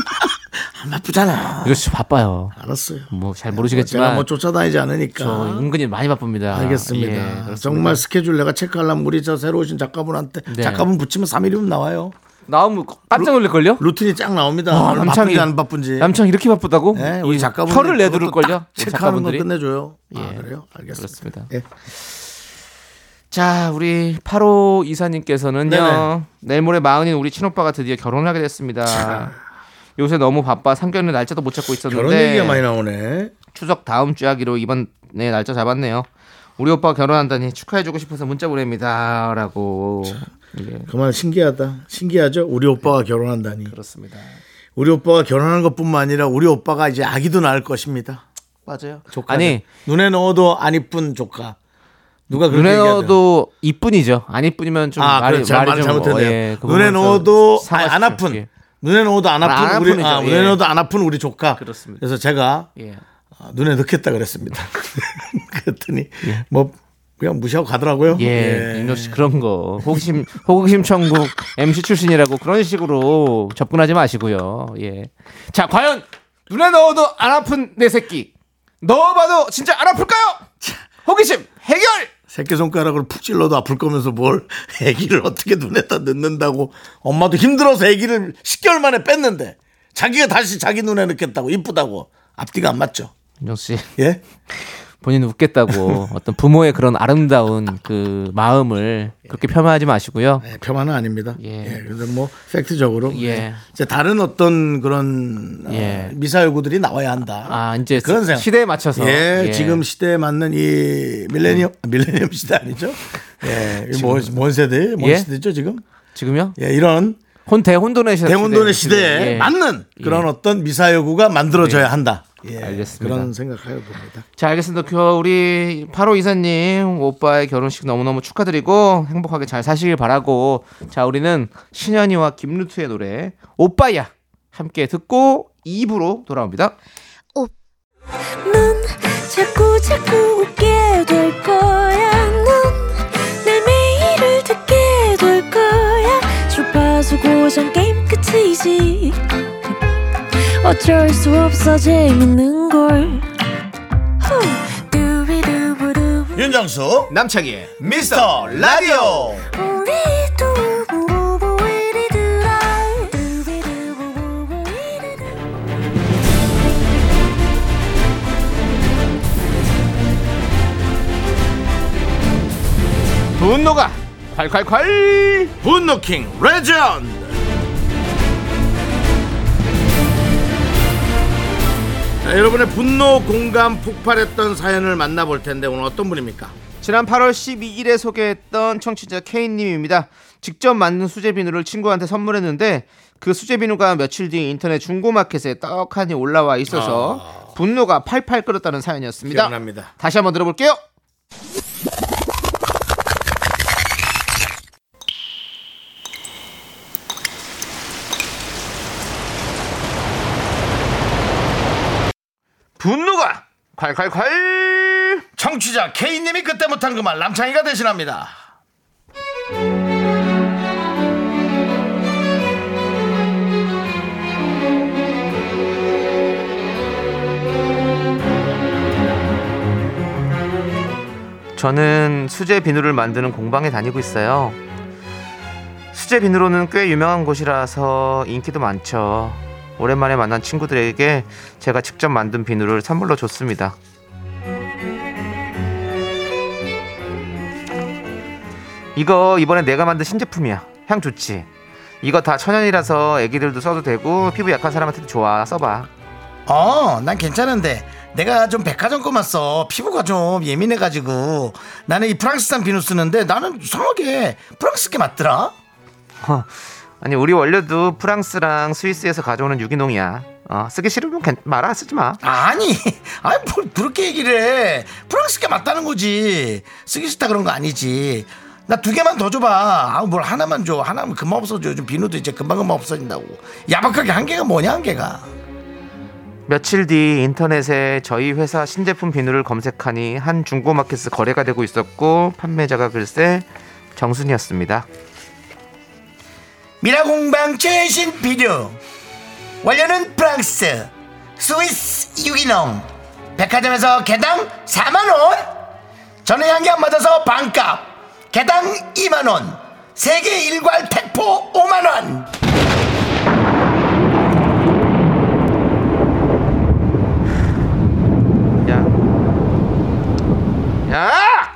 Speaker 1: (laughs) 안 바쁘잖아.
Speaker 2: 이거 진짜 바빠요.
Speaker 1: 알았어요.
Speaker 2: 뭐 잘
Speaker 1: 제가
Speaker 2: 모르시겠지만
Speaker 1: 뭐 쫓아다니지 않으니까.
Speaker 2: 저 은근히 많이 바쁩니다. 예,
Speaker 1: 알겠습니다.
Speaker 2: 그렇습니다.
Speaker 1: 정말 스케줄 내가 체크하려면 우리 저 새로 오신 작가분한테
Speaker 2: 네.
Speaker 1: 작가분 붙이면 3일이면 나와요.
Speaker 2: 나오면 깜짝 놀랄 걸요?
Speaker 1: 루틴이 쫙 나옵니다.
Speaker 2: 아,
Speaker 1: 오늘
Speaker 2: 남창이-
Speaker 1: 바쁜지 안 바쁜지.
Speaker 2: 남창 이렇게 바쁘다고?
Speaker 1: 네, 우리
Speaker 2: 이
Speaker 1: 작가분
Speaker 2: 혀를 내두를 걸요.
Speaker 1: 체크하는 거
Speaker 2: 작가분들이.
Speaker 1: 끝내줘요. 아,
Speaker 2: 예.
Speaker 1: 그래요? 알겠습니다.
Speaker 2: 그렇습니다.
Speaker 1: 예.
Speaker 2: 자, 우리 8호 이사님께서는요.
Speaker 1: 네네.
Speaker 2: 내일 모레 마흔인 우리 친오빠가 드디어 결혼하게 됐습니다. 요새 너무 바빠 상견례 날짜도 못 찾고 있었는데
Speaker 1: 결혼 얘기가 많이 나오네.
Speaker 2: 추석 다음 주 하기로 이번에 날짜 잡았네요. 우리 오빠 결혼한다니 축하해주고 싶어서 문자 보냅니다라고. 예, 네.
Speaker 1: 그만 신기하다. 신기하죠? 우리 오빠가 결혼한다니.
Speaker 2: 그렇습니다.
Speaker 1: 우리 오빠가 결혼하는 것뿐만 아니라 우리 오빠가 이제 아기도 낳을 것입니다.
Speaker 2: 맞아요.
Speaker 1: 조카.
Speaker 2: 아니
Speaker 1: 눈에 넣어도 안 이쁜 조카. 누가 그렇게
Speaker 2: 눈에
Speaker 1: 얘기하든.
Speaker 2: 넣어도 이뿐이죠. 안 이쁘면 좀
Speaker 1: 아,
Speaker 2: 말이
Speaker 1: 그렇죠.
Speaker 2: 말이
Speaker 1: 말을
Speaker 2: 좀
Speaker 1: 잘못했네요.
Speaker 2: 예, 그
Speaker 1: 눈에
Speaker 2: 부분은 좀
Speaker 1: 넣어도 아니, 안
Speaker 2: 사과시켜요.
Speaker 1: 아픈.
Speaker 2: 예.
Speaker 1: 눈에 넣어도 안
Speaker 2: 안
Speaker 1: 아픈 우리
Speaker 2: 아픈이죠.
Speaker 1: 아,
Speaker 2: 예.
Speaker 1: 눈에 넣어도 안 아픈 우리 조카.
Speaker 2: 그렇습니다.
Speaker 1: 그래서 제가
Speaker 2: 예.
Speaker 1: 아, 눈에 넣겠다 그랬습니다. (laughs) 그랬더니 뭐 그냥 무시하고 가더라고요.
Speaker 2: 예, 윤정 씨 그런 거 호기심 호기심 천국 MC 출신이라고 그런 식으로 접근하지 마시고요. 예. 자, 과연 눈에 넣어도 안 아픈 내 새끼 넣어봐도 진짜 안 아플까요? 호기심 해결.
Speaker 1: 새끼 손가락으로 푹 찔러도 아플 거면서 뭘 (laughs) 아기를 어떻게 눈에다 넣는다고 엄마도 힘들어서 아기를 10개월 만에 뺐는데 자기가 다시 자기 눈에 넣겠다고 이쁘다고 앞뒤가 안 맞죠.
Speaker 2: 윤정 씨
Speaker 1: 예? (laughs)
Speaker 2: 본인 웃겠다고 어떤 부모의 그런 아름다운 그 마음을 그렇게 폄하하지 마시고요.
Speaker 1: 예, 폄하는 아닙니다. 예.
Speaker 2: 예.
Speaker 1: 근데 뭐 팩트적으로
Speaker 2: 예.
Speaker 1: 예. 이제 다른 어떤 그런 어,
Speaker 2: 예.
Speaker 1: 미사 요구들이 나와야 한다.
Speaker 2: 아, 이제
Speaker 1: 그런 생각.
Speaker 2: 시대에 맞춰서 음.
Speaker 1: 예, 지금 시대에 맞는 이 밀레니엄 밀레니엄 시대 아니죠? 예, 이게 뭐- 뭔 세대? 뭔
Speaker 2: 예?
Speaker 1: 시대죠 지금?
Speaker 2: 지금요?
Speaker 1: 예, 이런
Speaker 2: 혼 대혼돈의 시대.
Speaker 1: 대혼돈의
Speaker 2: 지금.
Speaker 1: 시대에
Speaker 2: 예.
Speaker 1: 맞는 그런 어떤 미사 요구가 만들어져야 한다. 예,
Speaker 2: 알겠습니다.
Speaker 1: 그런 생각하여 봅니다.
Speaker 2: 자, 알겠습니다. 겨- 우리 8호 이사님 오빠의 결혼식 너무너무 축하드리고 행복하게 잘 사시길 바라고. 자, 우리는 신현이와 김루트의 노래 오빠야 함께 듣고 2부로 돌아옵니다.
Speaker 4: 넌 자꾸 자꾸 웃게 될 거야. 넌내 매일을 듣게 될 거야. 주파수 고정 게임 끝이지. 어쩔 수 없어 재밌는 걸. 후. 두비두부두.
Speaker 1: 윤정수
Speaker 2: 남창희의
Speaker 1: 미스터 라디오.
Speaker 4: 우리 두부부부 우리들아. 두비두부부부 우리들아.
Speaker 2: 분노가 콸콸콸!
Speaker 1: 분노킹 레전드 자, 여러분의 분노 공감 폭발했던 사연을 만나볼 텐데 오늘 어떤 분입니까?
Speaker 2: 지난 8월 12일에 소개했던 청취자 K님입니다. 직접 만든 수제 비누를 친구한테 선물했는데 그 수제 비누가 며칠 뒤 인터넷 중고마켓에 떡하니 올라와 있어서 분노가 팔팔 끓었다는 사연이었습니다.
Speaker 1: 기억납니다.
Speaker 2: 다시 한번 들어볼게요. 분노가 콸콸콸!
Speaker 1: 청취자 K님이 그때 못한 그 말 남창희가 대신합니다.
Speaker 2: 저는 수제 비누를 만드는 공방에 다니고 있어요. 수제 비누로는 꽤 유명한 곳이라서 인기도 많죠. 오랜만에 만난 친구들에게 제가 직접 만든 비누를 선물로 줬습니다. 이거 이번에 내가 만든 신제품이야. 향 좋지? 이거 다 천연이라서 애기들도 써도 되고 피부 약한 사람한테도 좋아. 써봐.
Speaker 1: 어, 난 괜찮은데 내가 좀 백화점 거만 써 피부가 좀 예민해가지고 나는 이 프랑스산 비누 쓰는데 나는 이상하게 프랑스 게 맞더라.
Speaker 2: 아니 우리 원료도 프랑스랑 스위스에서 가져오는 유기농이야. 어, 쓰기 싫으면 괜- 말아 쓰지 마.
Speaker 1: 아니, (laughs) 아니 뭘 그렇게 얘기를 해. 프랑스 게 맞다는 거지. 쓰기 싫다 그런 거 아니지. 나 두 개만 더 줘봐. 아, 뭘 하나만 줘. 하나면 금방 없어져. 요즘 비누도 이제 금방금방 없어진다고. 야박하게 한 개가 뭐냐, 한 개가.
Speaker 2: 며칠 뒤 인터넷에 저희 회사 신제품 비누를 검색하니 한 중고마켓에 거래가 되고 있었고 판매자가 글쎄 정순이었습니다.
Speaker 1: 미라공방 최신 비료 원료는 프랑스 스위스 유기농 백화점에서 개당 4만원 저는 향기 안 맞아서 반값 개당 2만원 세계 일괄 택포 5만원
Speaker 2: 야, 야,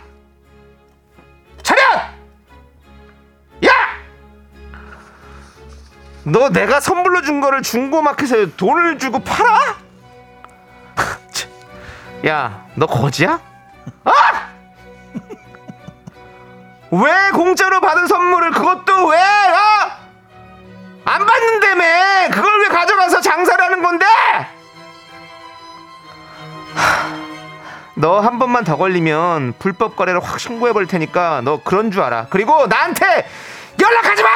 Speaker 2: 차렷! 야, 너 내가 선물로 준 거를 중고마켓에 돈을 주고 팔아? (laughs) 참. 야, 너 거지야? 아! 왜 공짜로 받은 선물을 그것도 왜? 어? 안 받는다며! 그걸 왜 가져가서 너 한 번만 더 걸리면 불법 거래를 확 신고해 버릴 테니까 너 그런 줄 알아. 그리고 나한테 연락하지 마.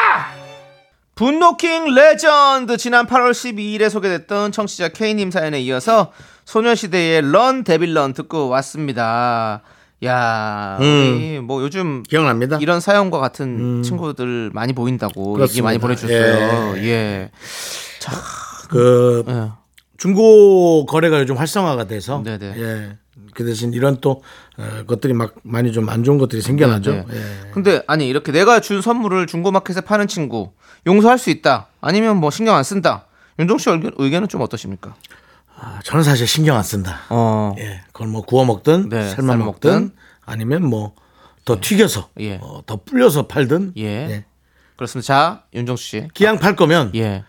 Speaker 2: 분노킹 레전드 지난 8월 12일에 소개됐던 청취자 K님 사연에 이어서 소녀시대의 런 데빌런 듣고 왔습니다. 야, 우리 뭐 요즘
Speaker 5: 기억납니다. 음.
Speaker 2: 이런 사연과 같은 친구들 많이 보인다고 얘기 많이
Speaker 5: 그렇습니다.
Speaker 2: 보내주셨어요. 예.
Speaker 5: 그
Speaker 2: 예.
Speaker 5: 중고 거래가 요즘 활성화가 돼서
Speaker 2: 네네.
Speaker 5: 예. 그 대신 이런 또 어, 것들이 막 많이 좀 안 좋은 것들이 생겨나죠.
Speaker 2: 네.
Speaker 5: 예.
Speaker 2: 근데 아니 이렇게 내가 준 선물을 중고마켓에 파는 친구 용서할 수 있다. 아니면 뭐 신경 안 쓴다. 윤종 씨 의견, 의견은 좀 어떠십니까?
Speaker 5: 아, 저는 사실 신경 안 쓴다.
Speaker 2: 어.
Speaker 5: 예. 그걸 뭐 구워 먹든
Speaker 2: 네,
Speaker 5: 삶아
Speaker 2: 삶아
Speaker 5: 먹든,
Speaker 2: 먹든.
Speaker 5: 아니면 뭐 더 튀겨서
Speaker 2: 예.
Speaker 5: 어, 더 불려서 팔든
Speaker 2: 예. 그렇습니다. 자, 윤종 씨.
Speaker 5: 기왕 팔 거면
Speaker 2: 예.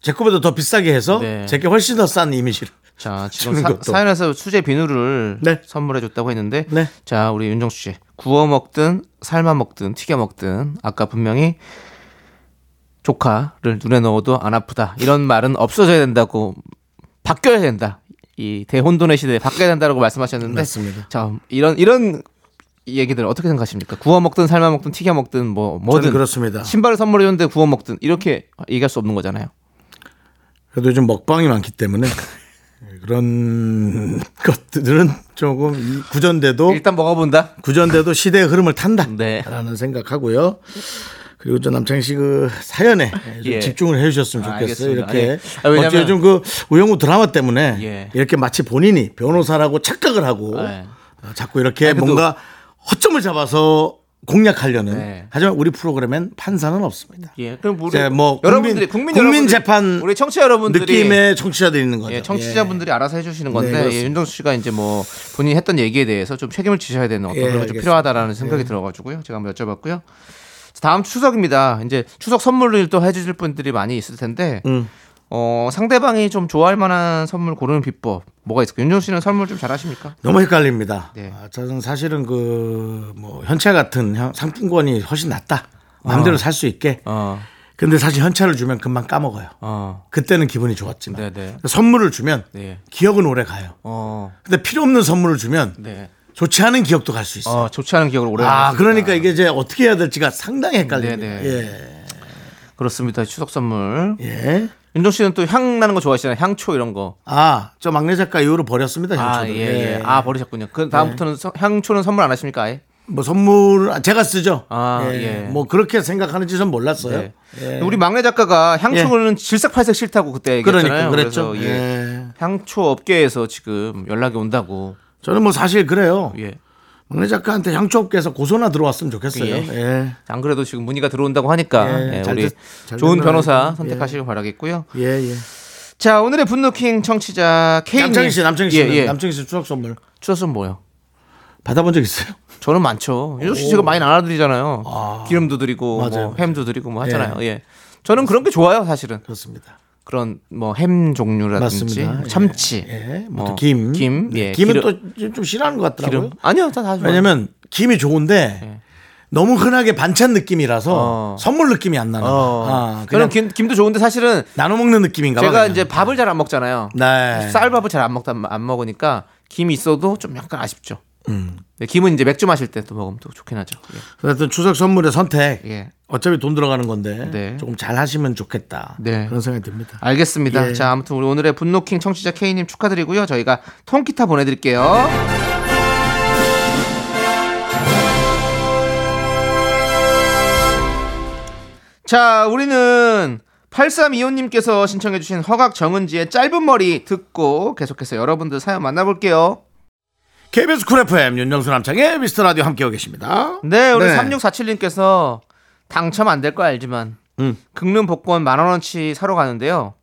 Speaker 5: 제 거보다 더 비싸게 해서
Speaker 2: 네.
Speaker 5: 제게 훨씬 더 싼 이미지를
Speaker 2: 자, 지금
Speaker 5: 주는
Speaker 2: 사,
Speaker 5: 것도.
Speaker 2: 사연에서 수제 비누를
Speaker 5: 네.
Speaker 2: 선물해 줬다고 했는데
Speaker 5: 네.
Speaker 2: 자, 우리 윤종 씨. 구워 먹든 삶아 먹든 튀겨 먹든 아까 분명히 조카를 눈에 넣어도 안 아프다. 이런 말은 없어져야 된다고 바뀌어야 된다. 이 대혼돈의 시대에 바뀌어야 된다라고 말씀하셨는데
Speaker 5: 맞습니다.
Speaker 2: 자, 이런 이런 얘기들 어떻게 생각하십니까? 구워 먹든 삶아 먹든 튀겨 먹든 뭐 뭐든
Speaker 5: 저는 그렇습니다.
Speaker 2: 신발을 선물해 줬는데 구워 먹든 이렇게 얘기할 수 없는 거잖아요.
Speaker 5: 그래도 요즘 먹방이
Speaker 2: (laughs)
Speaker 5: 많기 때문에 그런 것들은 조금 이- 구전돼도
Speaker 2: 일단 먹어본다.
Speaker 5: 구전돼도 시대의 흐름을
Speaker 2: 네.
Speaker 5: 탄다라는 생각하고요. 그리고 저 남창희 씨그 사연에 좀
Speaker 2: 예.
Speaker 5: 집중을 해주셨으면
Speaker 2: 아,
Speaker 5: 좋겠어요.
Speaker 2: 알겠습니다.
Speaker 5: 이렇게
Speaker 2: 예. 아, 왜냐면-
Speaker 5: 어째 요즘 그 우영우 드라마 때문에
Speaker 2: 예.
Speaker 5: 이렇게 마치 본인이 변호사라고 착각을 하고
Speaker 2: 예.
Speaker 5: 어, 자꾸 이렇게
Speaker 2: 그래도-
Speaker 5: 뭔가 허점을 잡아서 공략하려는
Speaker 2: 네.
Speaker 5: 하지만 우리 프로그램엔 판사는 없습니다.
Speaker 2: 예, 그럼 우리
Speaker 5: 이제 뭐
Speaker 2: 여러분들이 국민,
Speaker 5: 국민,
Speaker 2: 여러분들이-
Speaker 5: 재판
Speaker 2: 우리 청취자 여러분들이
Speaker 5: 느낌의 청취자들이 있는 거죠.
Speaker 2: 예, 청취자분들이 알아서 해주시는 건데
Speaker 5: 네, 그렇습니다.
Speaker 2: 예, 윤정수 씨가 이제 뭐 본인이 했던 얘기에 대해서 좀 책임을 지셔야 되는 어떤
Speaker 5: 예,
Speaker 2: 그런 게좀
Speaker 5: 알겠습니다. 예.
Speaker 2: 필요하다라는 생각이 들어가지고요. 제가 한번 여쭤봤고요. 자, 다음 추석입니다. 이제 추석 선물을 또 해주실 분들이 많이 있을 텐데
Speaker 5: 음.
Speaker 2: 어, 상대방이 좀 좋아할 만한 선물 고르는 비법 뭐가 있을까요? 윤정수 씨는 선물 좀 잘하십니까?
Speaker 5: 예. 너무 헷갈립니다.
Speaker 2: 네.
Speaker 5: 아, 저는 사실은 그 뭐 현찰 같은 형- 상품권이 훨씬 낫다. 마음대로 살 수 있게.
Speaker 2: 어,
Speaker 5: 근데 사실 현찰을 주면 금방 까먹어요.
Speaker 2: 어,
Speaker 5: 그때는 기분이 좋았지만
Speaker 2: 네네.
Speaker 5: 선물을 주면
Speaker 2: 네.
Speaker 5: 기억은 오래 가요.
Speaker 2: 어,
Speaker 5: 근데 필요 없는 선물을 주면
Speaker 2: 네.
Speaker 5: 좋지 않은 기억도 갈 수 있어요.
Speaker 2: 어, 좋지 않은 기억을 오래.
Speaker 5: 아,
Speaker 2: 남겼습니다.
Speaker 5: 그러니까 이게 이제 어떻게 해야 될지가 상당히 헷갈립니다.
Speaker 2: 네네.
Speaker 5: 예.
Speaker 2: 그렇습니다. 추석 선물.
Speaker 5: 예.
Speaker 2: 윤종 씨는 또 향 나는 거 좋아하시잖아요. 향초 이런 거.
Speaker 5: 아, 저 막내 작가 이후로 버렸습니다.
Speaker 2: 아,
Speaker 5: 형초도.
Speaker 2: 예, 예. 아, 버리셨군요. 그 다음부터는
Speaker 5: 예.
Speaker 2: 서- 향초는 선물 안 하십니까? 아예?
Speaker 5: 뭐 선물 아, 제가 쓰죠.
Speaker 2: 아,
Speaker 5: 예.
Speaker 2: 예.
Speaker 5: 뭐 그렇게 생각하는지 전 몰랐어요.
Speaker 2: 네.
Speaker 5: 예.
Speaker 2: 우리 막내 작가가 향초는 질색팔색 싫다고 그때
Speaker 5: 그러니까
Speaker 2: 얘기했잖아요.
Speaker 5: 그랬죠.
Speaker 2: 래서
Speaker 5: 예.
Speaker 2: 향초 업계에서 지금 연락이 온다고.
Speaker 5: 저는 뭐 사실 그래요.
Speaker 2: 예.
Speaker 5: 막내 작가한테 향초업계에서 고소나 들어왔으면 좋겠어요.
Speaker 2: 예.
Speaker 5: 예.
Speaker 2: 안 그래도 지금 문의가 들어온다고 하니까
Speaker 5: 예,
Speaker 2: 예,
Speaker 5: 잘
Speaker 2: 우리
Speaker 5: 됐- 잘 예.
Speaker 2: 좋은
Speaker 5: 됐나
Speaker 2: 변호사
Speaker 5: 하여튼.
Speaker 2: 선택하시길 바라겠고요.
Speaker 5: 예, 예.
Speaker 2: 자, 오늘의 분노킹 청취자 K
Speaker 5: 남창희 씨, 남창희 씨,
Speaker 2: 예, 예.
Speaker 5: 남창희 씨 추석 선물
Speaker 2: 추석 뭐요?
Speaker 5: 받아본 적 있어요?
Speaker 2: 저는 많죠. 윤정 씨 제가 많이 나눠드리잖아요. 기름도 드리고 뭐
Speaker 5: 맞아요.
Speaker 2: 햄도 드리고 뭐 하잖아요. 예. 저는 그런 게 좋아요, 사실은.
Speaker 5: 그렇습니다.
Speaker 2: 그런 뭐 햄 종류라든지 뭐
Speaker 5: 맞습니다. 예.
Speaker 2: 참치,
Speaker 5: 예,
Speaker 2: 뭐
Speaker 5: 뭐또 김,
Speaker 2: 김,
Speaker 5: 네,
Speaker 2: 예,
Speaker 5: 김은
Speaker 2: 기름,
Speaker 5: 또 좀 싫어하는 것 같더라고요.
Speaker 2: 기름. 아니요, 다 다시
Speaker 5: 왜냐면 김이 좋은데 너무 흔하게 반찬 느낌이라서
Speaker 2: 어.
Speaker 5: 선물 느낌이 안 나나.
Speaker 2: 어.
Speaker 5: 아,
Speaker 2: 저는
Speaker 5: 그냥
Speaker 2: 김, 김도 좋은데 사실은
Speaker 5: 나눠 먹는 느낌인가 봐.
Speaker 2: 제가
Speaker 5: 그냥.
Speaker 2: 이제 밥을 잘 안 먹잖아요.
Speaker 5: 네.
Speaker 2: 쌀밥을 잘 안 먹다 안 먹으니까 김이 있어도 좀 약간 아쉽죠.
Speaker 5: 음.
Speaker 2: 근데 김은 이제 맥주 마실 때 또 먹으면 또 좋긴 하죠.
Speaker 5: 하여튼 추석 선물의 선택.
Speaker 2: 예. 예.
Speaker 5: 어차피 돈 들어가는 건데
Speaker 2: 네.
Speaker 5: 조금 잘 하시면 좋겠다.
Speaker 2: 네.
Speaker 5: 그런 생각이 듭니다.
Speaker 2: 알겠습니다.
Speaker 5: 예.
Speaker 2: 자, 아무튼 우리 오늘의 분노킹 청취자 K님 축하드리고요. 저희가 통기타 보내드릴게요. 자, 우리는 8325님께서 신청해주신 허각 정은지의 짧은 머리 듣고 계속해서 여러분들 사연 만나볼게요.
Speaker 5: KBS 쿨 FM 윤정수 남창의 미스터 라디오 함께하고 계십니다.
Speaker 2: 네, 우리
Speaker 5: 네.
Speaker 2: 3647님께서 당첨 안 될 거 알지만
Speaker 5: 음.
Speaker 2: 극릉 복권 만 원어치 사러 가는데요.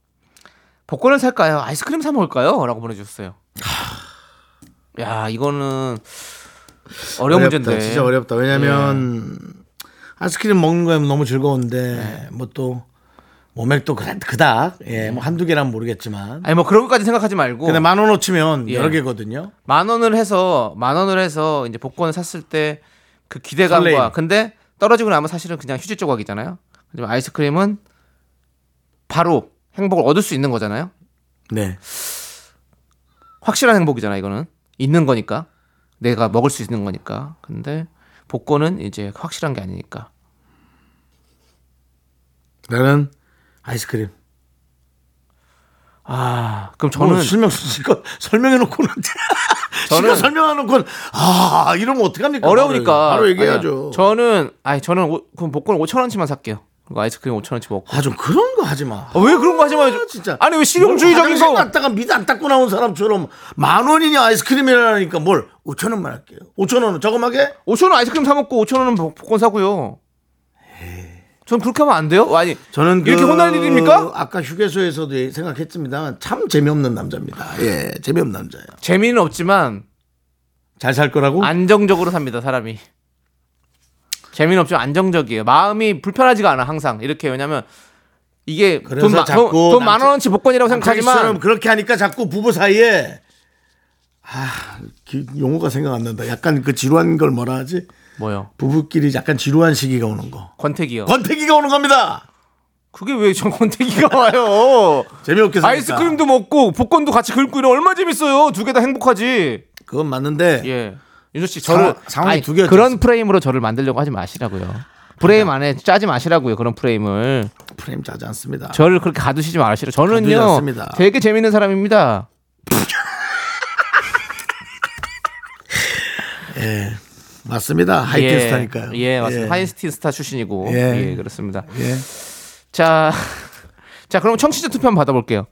Speaker 2: 복권을 살까요? 아이스크림 사 먹을까요? 라고 보내주셨어요. 야, 이거는 어려운
Speaker 5: 어렵다,
Speaker 2: 문제인데. 예.
Speaker 5: 진짜 어렵다. 왜냐면 아이스크림 먹는 거면 너무
Speaker 2: 네.
Speaker 5: 즐거운데 뭐 또 몸액도 그- 그닥 예, 뭐 한두 개란 모르겠지만
Speaker 2: 아니 뭐 그런 것까지 생각하지 말고
Speaker 5: 근데 만 원어치면
Speaker 2: 예.
Speaker 5: 여러 개거든요.
Speaker 2: 만 원을 해서 만 원을 해서 이제 복권을 샀을 때 그 기대감과
Speaker 5: 설레임.
Speaker 2: 근데 떨어지고 나면 사실은 그냥 휴지 조각이잖아요. 하지만 아이스크림은 바로 행복을 얻을 수 있는 거잖아요.
Speaker 5: 네.
Speaker 2: 확실한 행복이잖아 이거는 있는 거니까 내가 먹을 수 있는 거니까. 근데 복권은 이제 확실한 게 아니니까.
Speaker 5: 나는 아이스크림.
Speaker 2: 아, 그럼
Speaker 5: 저는
Speaker 2: 저는
Speaker 5: 설명 실컷 설명해 놓고는 (laughs)
Speaker 2: 저는-
Speaker 5: 실컷 설명해 놓고는 아 이러면 어떡합니까?
Speaker 2: 어려우니까
Speaker 5: 바로, 얘기해야죠.
Speaker 2: 아니야. 저는 아니 저는 오- 그럼 복권 5천 원치만 살게요. 그리고 아이스크림 5천 원치 먹고.
Speaker 5: 아 좀 그런 거 하지 마.
Speaker 2: 아, 왜 그런 거 하지 마요?
Speaker 5: 아, 진짜.
Speaker 2: 아니 왜 실용주의적인
Speaker 5: 화장실
Speaker 2: 거?
Speaker 5: 갔다가 밑 안 닦고 나온 사람처럼 만 원이냐 아이스크림이라니까 뭘 5천 원만 할게요. 5천 원은 저금하게
Speaker 2: 5천 원 아이스크림 사 먹고 5천 원은 복- 복권 사고요.
Speaker 5: 예.
Speaker 2: 전 그렇게 하면 안 돼요? 어, 아니
Speaker 5: 저는
Speaker 2: 이렇게
Speaker 5: 그
Speaker 2: 혼날 일입니까?
Speaker 5: 아까 휴게소에서도 예- 생각했습니다만 참 재미없는 남자입니다. 예, 재미없는 남자예요.
Speaker 2: 재미는 없지만
Speaker 5: 잘 살 거라고?
Speaker 2: 안정적으로 삽니다 사람이 재미는 없지만 안정적이에요 마음이 불편하지가 않아 항상 이렇게 왜냐면 이게
Speaker 5: 그래서 자꾸
Speaker 2: 돈만
Speaker 5: 남자-
Speaker 2: 원어치 복권이라고
Speaker 5: 자기처럼
Speaker 2: 생각하지만
Speaker 5: 아, 그렇게 하니까 자꾸 부부 사이에 아 기- 용어가 생각 안 난다. 약간 그 지루한 걸 뭐라 하지?
Speaker 2: 뭐요
Speaker 5: 부부끼리 약간 지루한 시기가 오는 거.
Speaker 2: 권태기요
Speaker 5: 권태기가 오는 (laughs) 겁니다.
Speaker 2: 그게 왜 전 (laughs) 권태기가 와요
Speaker 5: 재미없게 사니까.
Speaker 2: 아이스크림도 먹고 복권도 같이 긁고 이러 얼마 재밌어요 두 개 다 행복하지
Speaker 5: 그건 맞는데
Speaker 2: 예 윤조 씨 저를
Speaker 5: 상황- 상황이
Speaker 2: 아니,
Speaker 5: 두 개였지
Speaker 2: 그런
Speaker 5: 않습니까?
Speaker 2: 프레임으로 저를 만들려고 하지 마시라고요 프레임 안에 짜지 마시라고요 그런 프레임을
Speaker 5: 프레임 짜지 않습니다.
Speaker 2: 저를 그렇게 가두시지 마시라.
Speaker 5: 가두지
Speaker 2: 저는요.
Speaker 5: 않습니다.
Speaker 2: 되게 재밌는 사람입니다.
Speaker 5: 맞습니다. 하이테스트니까요.
Speaker 2: 예, 예, 맞습니다. 하인스틴 스타 출신이고. 예,
Speaker 5: 예.
Speaker 2: 그렇습니다.
Speaker 5: 예.
Speaker 2: 자. (laughs) 자, 그럼 청취자 투표 한번 받아 볼게요.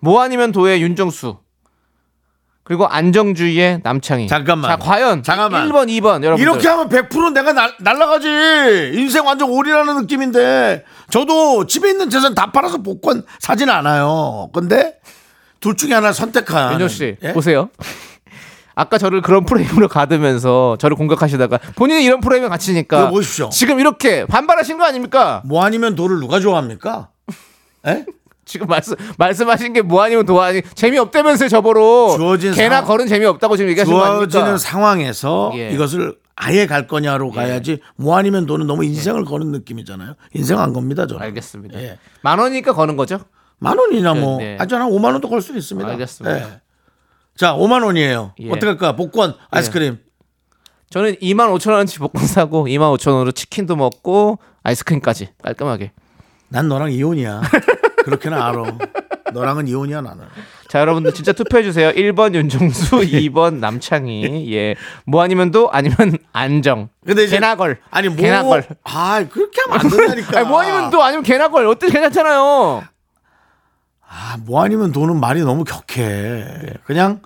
Speaker 2: 뭐 아니면 도의 윤정수. 그리고 안정주의의 남창희.
Speaker 5: 잠깐만.
Speaker 2: 자, 과연
Speaker 5: 잠깐만.
Speaker 2: 1번, 2번 여러분.
Speaker 5: 이렇게 하면 100% 내가 날, 날라가지. 인생 완전 올이라는 느낌인데. 저도 집에 있는 재산 다 팔아서 복권 사진 않아요. 근데 둘 중에 하나 선택한.
Speaker 2: 윤정 씨
Speaker 5: 예?
Speaker 2: 보세요. 아까 저를 그런 프레임으로 가두면서 저를 공격하시다가 본인이 이런 프레임에 갇히니까
Speaker 5: 이거 보십시오.
Speaker 2: 지금 이렇게 반발하신 거 아닙니까?
Speaker 5: 뭐 아니면 도를 누가 좋아합니까? 예?
Speaker 2: 지금 말씀 말씀하신 게 뭐 아니면 도아 아니 재미 없다면서 저보로
Speaker 5: 주어진
Speaker 2: 개나
Speaker 5: 상황-
Speaker 2: 걸은 재미 없다고 지금 (laughs) 얘기하신 거 아닙니까?
Speaker 5: 주어지는 상황에서
Speaker 2: 예.
Speaker 5: 이것을 아예 갈 거냐로 가야지 뭐 아니면 도는 너무 인생을 거는 느낌이잖아요. 인생 안 겁니다, 저는.
Speaker 2: 알겠습니다.
Speaker 5: 예.
Speaker 2: 만 원이니까 거는 거죠?
Speaker 5: 만 원이나 뭐.
Speaker 2: 네, 네.
Speaker 5: 아, 저는 한 5만 원도 걸 수 있습니다.
Speaker 2: 알겠습니다.
Speaker 5: 예. 자, 5만 원이에요.
Speaker 2: 예.
Speaker 5: 어떻게 할까? 복권, 아이스크림.
Speaker 2: 저는 2만 5천 원치 복권 사고 2만 5천 원으로 치킨도 먹고 아이스크림까지 깔끔하게.
Speaker 5: 난 너랑
Speaker 2: (laughs)
Speaker 5: 이혼이야. 그렇게는 알아. 너랑은 이혼이야 나는.
Speaker 2: 자 여러분들 진짜 투표해 주세요. 1번
Speaker 5: (laughs)
Speaker 2: 윤종수,
Speaker 5: 예.
Speaker 2: 2번 남창희. 예. 뭐 아니면도 아니면 안정.
Speaker 5: 근데 이제-
Speaker 2: 개나 걸.
Speaker 5: 아니 뭐?
Speaker 2: 개나 걸.
Speaker 5: 아 그렇게 하면 안 된다니까.
Speaker 2: (laughs) 아니, 뭐 아니면 도 아니면 개나 걸. 어때 괜찮잖아요.
Speaker 5: 아, 뭐 아니면 돈은 말이 너무 격해. 그냥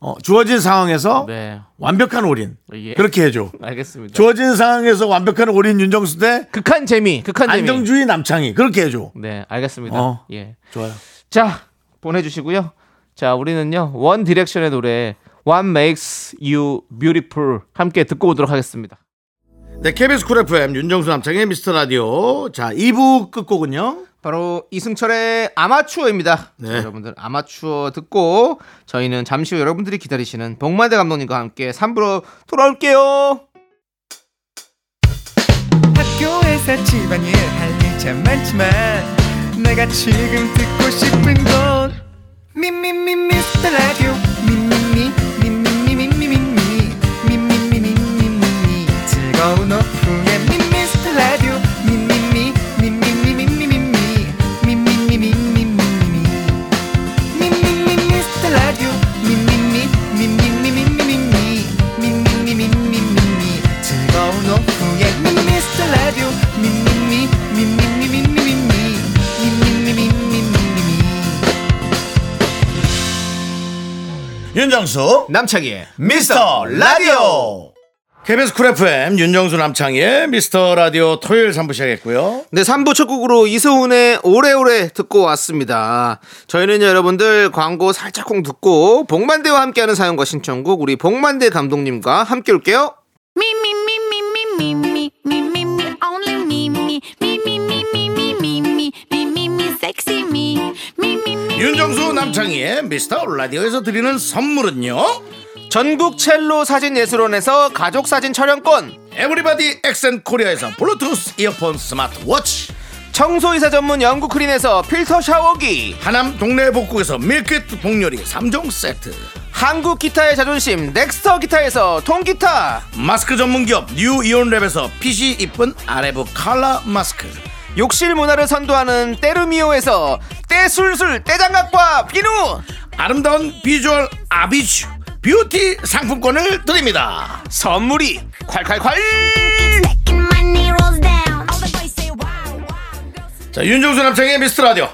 Speaker 5: 어, 주어진 상황에서
Speaker 2: 네.
Speaker 5: 완벽한 올인.
Speaker 2: 예.
Speaker 5: 그렇게 해줘.
Speaker 2: 알겠습니다.
Speaker 5: 주어진 상황에서 완벽한 올인 윤정수 대
Speaker 2: 극한 재미. 극한 재미.
Speaker 5: 안정주의 남창희 그렇게 해줘.
Speaker 2: 네, 알겠습니다.
Speaker 5: 어.
Speaker 2: 예.
Speaker 5: 좋아요.
Speaker 2: 자, 보내주시고요. 자, 우리는요, 원 디렉션의 노래, What Makes You Beautiful 함께 듣고 오도록 하겠습니다.
Speaker 5: 네 KBS 쿨 FM 윤정수 남창희 미스터 라디오 자 2부 끝곡은요.
Speaker 2: 바로 이승철의 아마추어입니다.
Speaker 5: 네.
Speaker 2: 자, 여러분들 아마추어 듣고 저희는 잠시 후 여러분들이 기다리시는 복만대 감독님과 함께 3부로 돌아올게요.
Speaker 6: 학교에서 집안일 할 일 참 많지만 내가 지금 듣고 싶은 건 미미미 미스터 라디오 미미미 미미미 미미미 미미미 미미미 즐거운 오후에 미스터 라디오 미미미 미미미 미미미 미미미 미미미 미미미
Speaker 4: Oh,
Speaker 5: 윤정수
Speaker 2: 남창희의
Speaker 5: 미스터 라디오 KBS 쿨 FM 윤정수 남창희의 미스터 라디오 토요일 3부 시작했고요
Speaker 2: 네, 3부 첫 곡으로 이소은의 오래오래 듣고 왔습니다. 저희는요, 여러분들 광고 살짝콩 듣고 복만대와 함께하는 사연과 신청곡 우리 복만대 감독님과 함께 올게요.
Speaker 4: Me, me, me, me, me, me, me, me, me, me, only me, me, me, me, me, me, me, me, me, me, me, me, sexy me, me, me, me.
Speaker 5: 윤정수 남창희의 미스터 라디오에서 드리는 선물은요
Speaker 2: 전국 첼로 사진 예술원에서 가족 사진 촬영권,
Speaker 5: 에브리바디 엑센 코리아에서 블루투스 이어폰 스마트워치
Speaker 2: 청소이사 전문 영국 크린에서 필터 샤워기,
Speaker 5: 하남 동네 복국에서 밀키트 복요리 3종 세트
Speaker 2: 한국 기타의 자존심 넥스터 기타에서 통기타
Speaker 5: 마스크 전문기업 뉴 이온랩에서 핏이 이쁜 아레브 칼라 마스크
Speaker 2: 욕실 문화를 선도하는 때르미오에서 때술술 때장갑과 비누
Speaker 5: 아름다운 비주얼 아비쥬 뷰티 상품권을 드립니다
Speaker 2: 선물이 콸콸콸
Speaker 4: Second money rolls down. All the boys say wow, wow.
Speaker 5: 자 윤종수 남창의 미스트라디오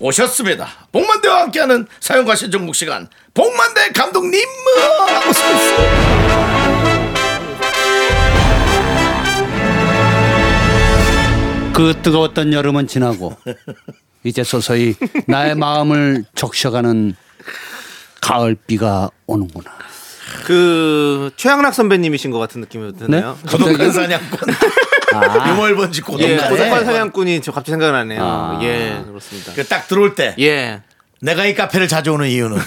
Speaker 5: 오셨습니다 복만대와 함께하는 사연과 신정국 시간 복만대 감독님 어서 오세요.
Speaker 7: 그 뜨거웠던 여름은 지나고 이제 서서히 나의 마음을 적셔가는 가을비가 오는구나.
Speaker 2: 그 최양락 선배님이신 것 같은 느낌이 드네요 (laughs)
Speaker 5: 고독한 사냥꾼 유월번지
Speaker 7: 네?
Speaker 2: 예, 고독한
Speaker 5: 고독한
Speaker 2: 사냥꾼이 저 갑자기 생각나네요
Speaker 7: 아.
Speaker 2: 예 그렇습니다
Speaker 5: 그딱 들어올 때
Speaker 2: 예
Speaker 5: 내가 이 카페를 자주 오는
Speaker 2: (laughs)
Speaker 5: 이유는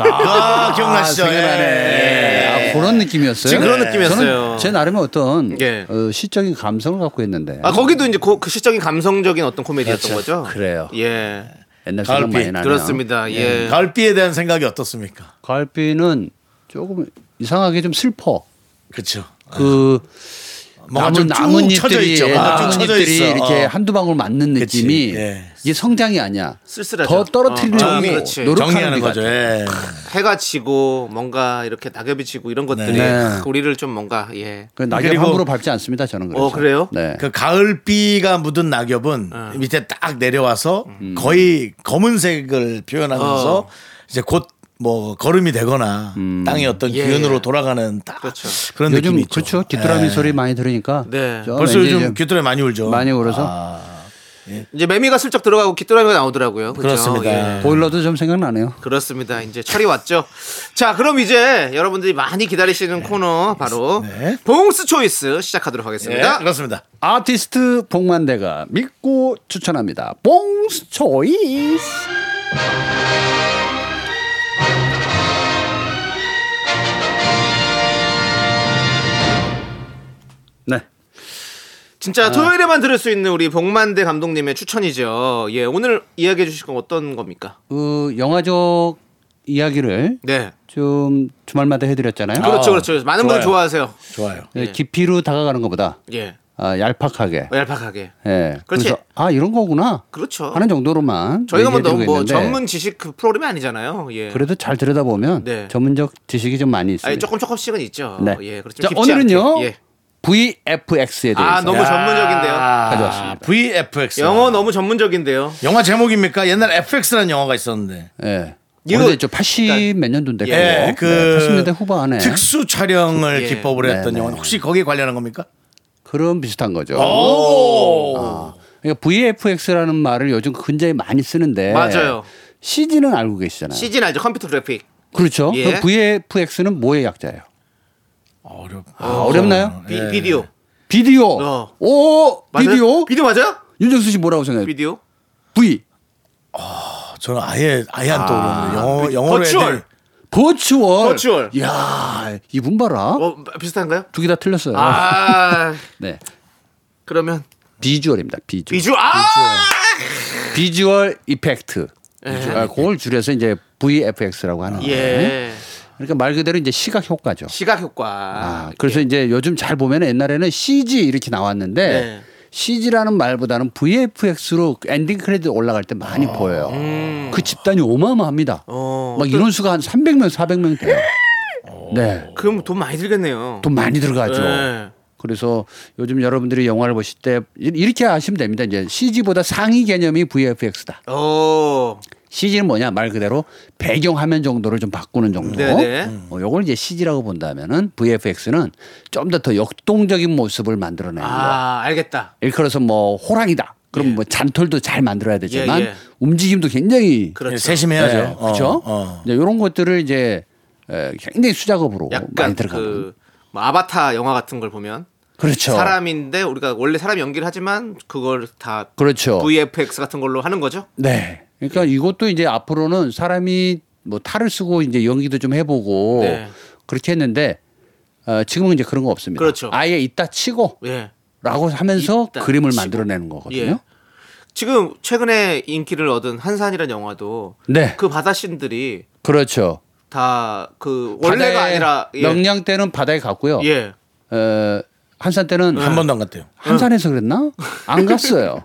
Speaker 5: 아 기억나시죠? 예.
Speaker 7: 아, 그런 느낌이었어요.
Speaker 2: 지금 그런 느낌이었어요.
Speaker 7: 네. 저는 제 나름의 어떤
Speaker 2: 예.
Speaker 7: 어, 시적인 감성을 갖고 있는데
Speaker 2: 아 거기도 이제 고- 그 시적인 감성적인 어떤 코미디였던 거죠
Speaker 7: 그렇죠. 그래요.
Speaker 2: 예
Speaker 7: 옛날 생각
Speaker 5: 가을비.
Speaker 7: 많이 나네요.
Speaker 2: 그렇습니다 예,
Speaker 5: 가을비에 대한 생각이 어떻습니까?
Speaker 7: 가을비는 조금 이상하게 좀 슬퍼.
Speaker 5: 그렇죠.
Speaker 7: 그
Speaker 5: 뭔가 쭉
Speaker 7: 나무,
Speaker 5: 쳐져
Speaker 7: 나뭇잎들이
Speaker 5: 있죠. 뭔가 쭉 쳐져
Speaker 7: 나뭇잎들이
Speaker 5: 있어.
Speaker 7: 이렇게
Speaker 5: 어.
Speaker 7: 한두 방울 맞는
Speaker 5: 그치.
Speaker 7: 느낌이
Speaker 5: 예.
Speaker 7: 이게 성장이 아니야.
Speaker 2: 쓸쓸하죠.
Speaker 7: 더
Speaker 2: 어,
Speaker 7: 떨어뜨리려고
Speaker 2: 정리. 그렇지.
Speaker 7: 노력하는
Speaker 5: 아, 정리하는
Speaker 7: 거죠.
Speaker 5: 거죠. 예.
Speaker 2: 해가 지고 뭔가 이렇게 낙엽이 지고 이런 것들이
Speaker 7: 네.
Speaker 2: 우리를 좀 뭔가 예
Speaker 7: 그 낙엽
Speaker 5: 그리고-
Speaker 7: 함부로 밟지 않습니다. 저는 그래서.
Speaker 2: 어, 그래요?
Speaker 7: 네.
Speaker 5: 그 가을비가 묻은 낙엽은
Speaker 2: 어.
Speaker 5: 밑에 딱 내려와서 거의 검은색을 표현하면서
Speaker 2: 음. 어.
Speaker 5: 이제 곧 뭐 걸음이 되거나 땅의 어떤
Speaker 2: 예.
Speaker 5: 기운으로 돌아가는 딱
Speaker 2: 그렇죠.
Speaker 5: 그런
Speaker 7: 요즘
Speaker 5: 느낌이 있죠.
Speaker 7: 그렇죠. 귀뚜라미
Speaker 5: 예.
Speaker 7: 소리 많이 들으니까
Speaker 2: 네.
Speaker 7: 저
Speaker 5: 벌써
Speaker 7: 왠지
Speaker 5: 요즘
Speaker 7: 좀
Speaker 5: 귀뚜라미 많이 울죠. 아,
Speaker 7: 많이 울어서
Speaker 2: 이제 매미가 슬쩍 들어가고 귀뚜라미가 나오더라고요. 그렇죠?
Speaker 5: 그렇습니다.
Speaker 2: 예.
Speaker 7: 보일러도 좀 생각나네요.
Speaker 2: 그렇습니다. 이제 철이 왔죠. 자, 그럼 이제 여러분들이 많이 기다리시는 코너 바로
Speaker 5: 네.
Speaker 2: 봉스 초이스 시작하도록
Speaker 5: 예,
Speaker 2: 하겠습니다.
Speaker 5: 그렇습니다.
Speaker 7: 아티스트 복만대가 믿고 추천합니다. 봉스 초이스. 네.
Speaker 2: 진짜
Speaker 7: 아.
Speaker 2: 토요일에만 들을 수 있는 우리 복만대 감독님의 추천이죠. 예, 오늘 이야기해 주실 건 어떤 겁니까?
Speaker 7: 그 영화적 이야기를
Speaker 2: 네.
Speaker 7: 좀 주말마다 해드렸잖아요.
Speaker 2: 그렇죠, 그렇죠. 많은 분들
Speaker 5: 좋아요.
Speaker 2: 좋아하세요.
Speaker 5: 좋아요.
Speaker 7: 네, 깊이로 다가가는 것보다
Speaker 2: 예.
Speaker 7: 아, 얄팍하게.
Speaker 2: 얄팍하게.
Speaker 7: 예.
Speaker 2: 그렇지.
Speaker 7: 그래서 아 이런 거구나
Speaker 2: 그렇죠.
Speaker 7: 하는 정도로만
Speaker 2: 저희가 뭐 너무
Speaker 7: 얘기해드리고
Speaker 2: 뭐
Speaker 7: 있는데
Speaker 2: 전문 지식 그 프로그램이 아니잖아요. 예.
Speaker 7: 그래도 잘 들여다보면
Speaker 2: 네.
Speaker 7: 전문적 지식이 좀 많이
Speaker 2: 아니,
Speaker 7: 있습니다.
Speaker 2: 조금 조금씩은 있죠.
Speaker 7: 네.
Speaker 2: 예, 그렇죠.
Speaker 7: 자, 오늘은요 네. VFX에 대해서
Speaker 2: 아, 너무 전문적인데요.
Speaker 7: 가져왔습니다.
Speaker 5: VFX.
Speaker 2: 아, 영어 너무 전문적인데요.
Speaker 5: 영화 제목입니까? 옛날에 FX라는 영화가 있었는데.
Speaker 7: 예.
Speaker 2: 이거- 그러니까
Speaker 7: 오래됐죠. 80 몇 년도인데
Speaker 5: 예, 그
Speaker 7: 그거? 네, 80년대 후반에
Speaker 5: 특수 촬영을
Speaker 2: 예.
Speaker 5: 기법으로
Speaker 7: 네,
Speaker 5: 했던
Speaker 7: 네.
Speaker 5: 영화 혹시 거기에 관련한 겁니까?
Speaker 7: 그런 비슷한 거죠.
Speaker 5: 오.
Speaker 7: 그러니까 VFX라는 말을 요즘 굉장히 많이 쓰는데
Speaker 2: 맞아요.
Speaker 7: CG는 알고 계시잖아요.
Speaker 2: CG 나죠. 컴퓨터 그래픽.
Speaker 7: 그렇죠.
Speaker 2: 예.
Speaker 7: 그럼 VFX는 뭐의 약자예요?
Speaker 5: 어렵.
Speaker 7: 아, 어렵나요?
Speaker 2: 비, 비디오.
Speaker 7: 비디오.
Speaker 2: 어.
Speaker 7: 오,
Speaker 2: 맞아요?
Speaker 7: 비디오.
Speaker 2: 비디오 맞아요?
Speaker 7: 윤정수 씨 뭐라고 생각해요?
Speaker 2: 비디오.
Speaker 7: V.
Speaker 5: 저는 아예 아예 그 안 떠오르는데 영어 영어로
Speaker 2: 버추얼.
Speaker 5: 애들
Speaker 7: 버추얼.
Speaker 2: 버추얼.
Speaker 7: 야, 이분 봐라.
Speaker 2: 어, 비슷한가요?
Speaker 7: 두 개 다 틀렸어요.
Speaker 2: 아.
Speaker 7: 네.
Speaker 2: 그러면
Speaker 7: 비주얼입니다. 비주얼.
Speaker 2: 비주 아!
Speaker 7: 비주얼 이펙트. 아, 그걸 줄여서 이제 VFX라고 하는 거예요.
Speaker 2: 예.
Speaker 7: 그러니까 말 그대로 이제 시각 효과죠.
Speaker 2: 시각 효과.
Speaker 7: 아, 그래서 이제 요즘 잘 보면 옛날에는 CG 이렇게 나왔는데
Speaker 2: 네.
Speaker 7: CG라는 말보다는 VFX로 엔딩 크레딧 올라갈 때 많이 보여요. 그 집단이 아, 어마어마합니다.
Speaker 2: 어,
Speaker 7: 막 이런 수가 한 300명, 400명 돼요. 네.
Speaker 2: 그럼 돈 많이 들겠네요.
Speaker 7: 돈 많이 들어가죠.
Speaker 2: 네.
Speaker 7: 그래서 요즘 여러분들이 영화를 보실 때 이- 이렇게 아시면 됩니다. 이제 CG보다 상위 개념이 VFX다.
Speaker 2: 어.
Speaker 7: CG는 뭐냐 말 그대로 배경 화면 정도를 좀 바꾸는 정도.
Speaker 2: 네네.
Speaker 7: 어, 요걸 이제 CG라고 본다면은 VFX는 좀 더 더 역동적인 모습을 만들어내는 거.
Speaker 2: 아, 알겠다.
Speaker 7: 일컬어서 뭐 호랑이다. 그럼
Speaker 2: 예.
Speaker 7: 뭐 잔털도 잘 만들어야 되지만
Speaker 2: 예, 예.
Speaker 7: 움직임도 굉장히
Speaker 2: 그렇죠.
Speaker 5: 세심해야죠.
Speaker 7: 예, 그렇죠.
Speaker 5: 어, 어.
Speaker 7: 이제 이런 것들을 이제 에, 굉장히 수작업으로 많이
Speaker 2: 약간
Speaker 7: 들어가는.
Speaker 2: 그뭐 아바타 영화 같은 걸 보면
Speaker 7: 그렇죠.
Speaker 2: 사람인데 우리가 원래 사람 연기를 하지만 그걸 다
Speaker 7: 그렇죠.
Speaker 2: VFX 같은 걸로 하는 거죠.
Speaker 7: 네. 그러니까 이것도 이제 앞으로는 사람이 뭐 탈을 쓰고 이제 연기도 좀 해보고
Speaker 2: 네.
Speaker 7: 그렇게 했는데 어, 지금은 이제 그런 거 없습니다.
Speaker 2: 그렇죠.
Speaker 7: 아예 있다 치고
Speaker 2: 예.
Speaker 7: 라고 하면서
Speaker 2: 있다
Speaker 7: 그림을
Speaker 2: 치고.
Speaker 7: 만들어내는 거거든요.
Speaker 2: 예. 지금 최근에 인기를 얻은 한산이라는 영화도
Speaker 7: 네.
Speaker 2: 그 바다 씬들이
Speaker 7: 그렇죠.
Speaker 2: 다 그 원래가
Speaker 7: 바다에,
Speaker 2: 아니라 예.
Speaker 7: 명량 때는 바다에 갔고요.
Speaker 2: 예.
Speaker 7: 어, 한산 때는
Speaker 5: 한 번도 안 갔대요.
Speaker 7: 한산에서 그랬나?
Speaker 2: (laughs)
Speaker 7: 안 갔어요.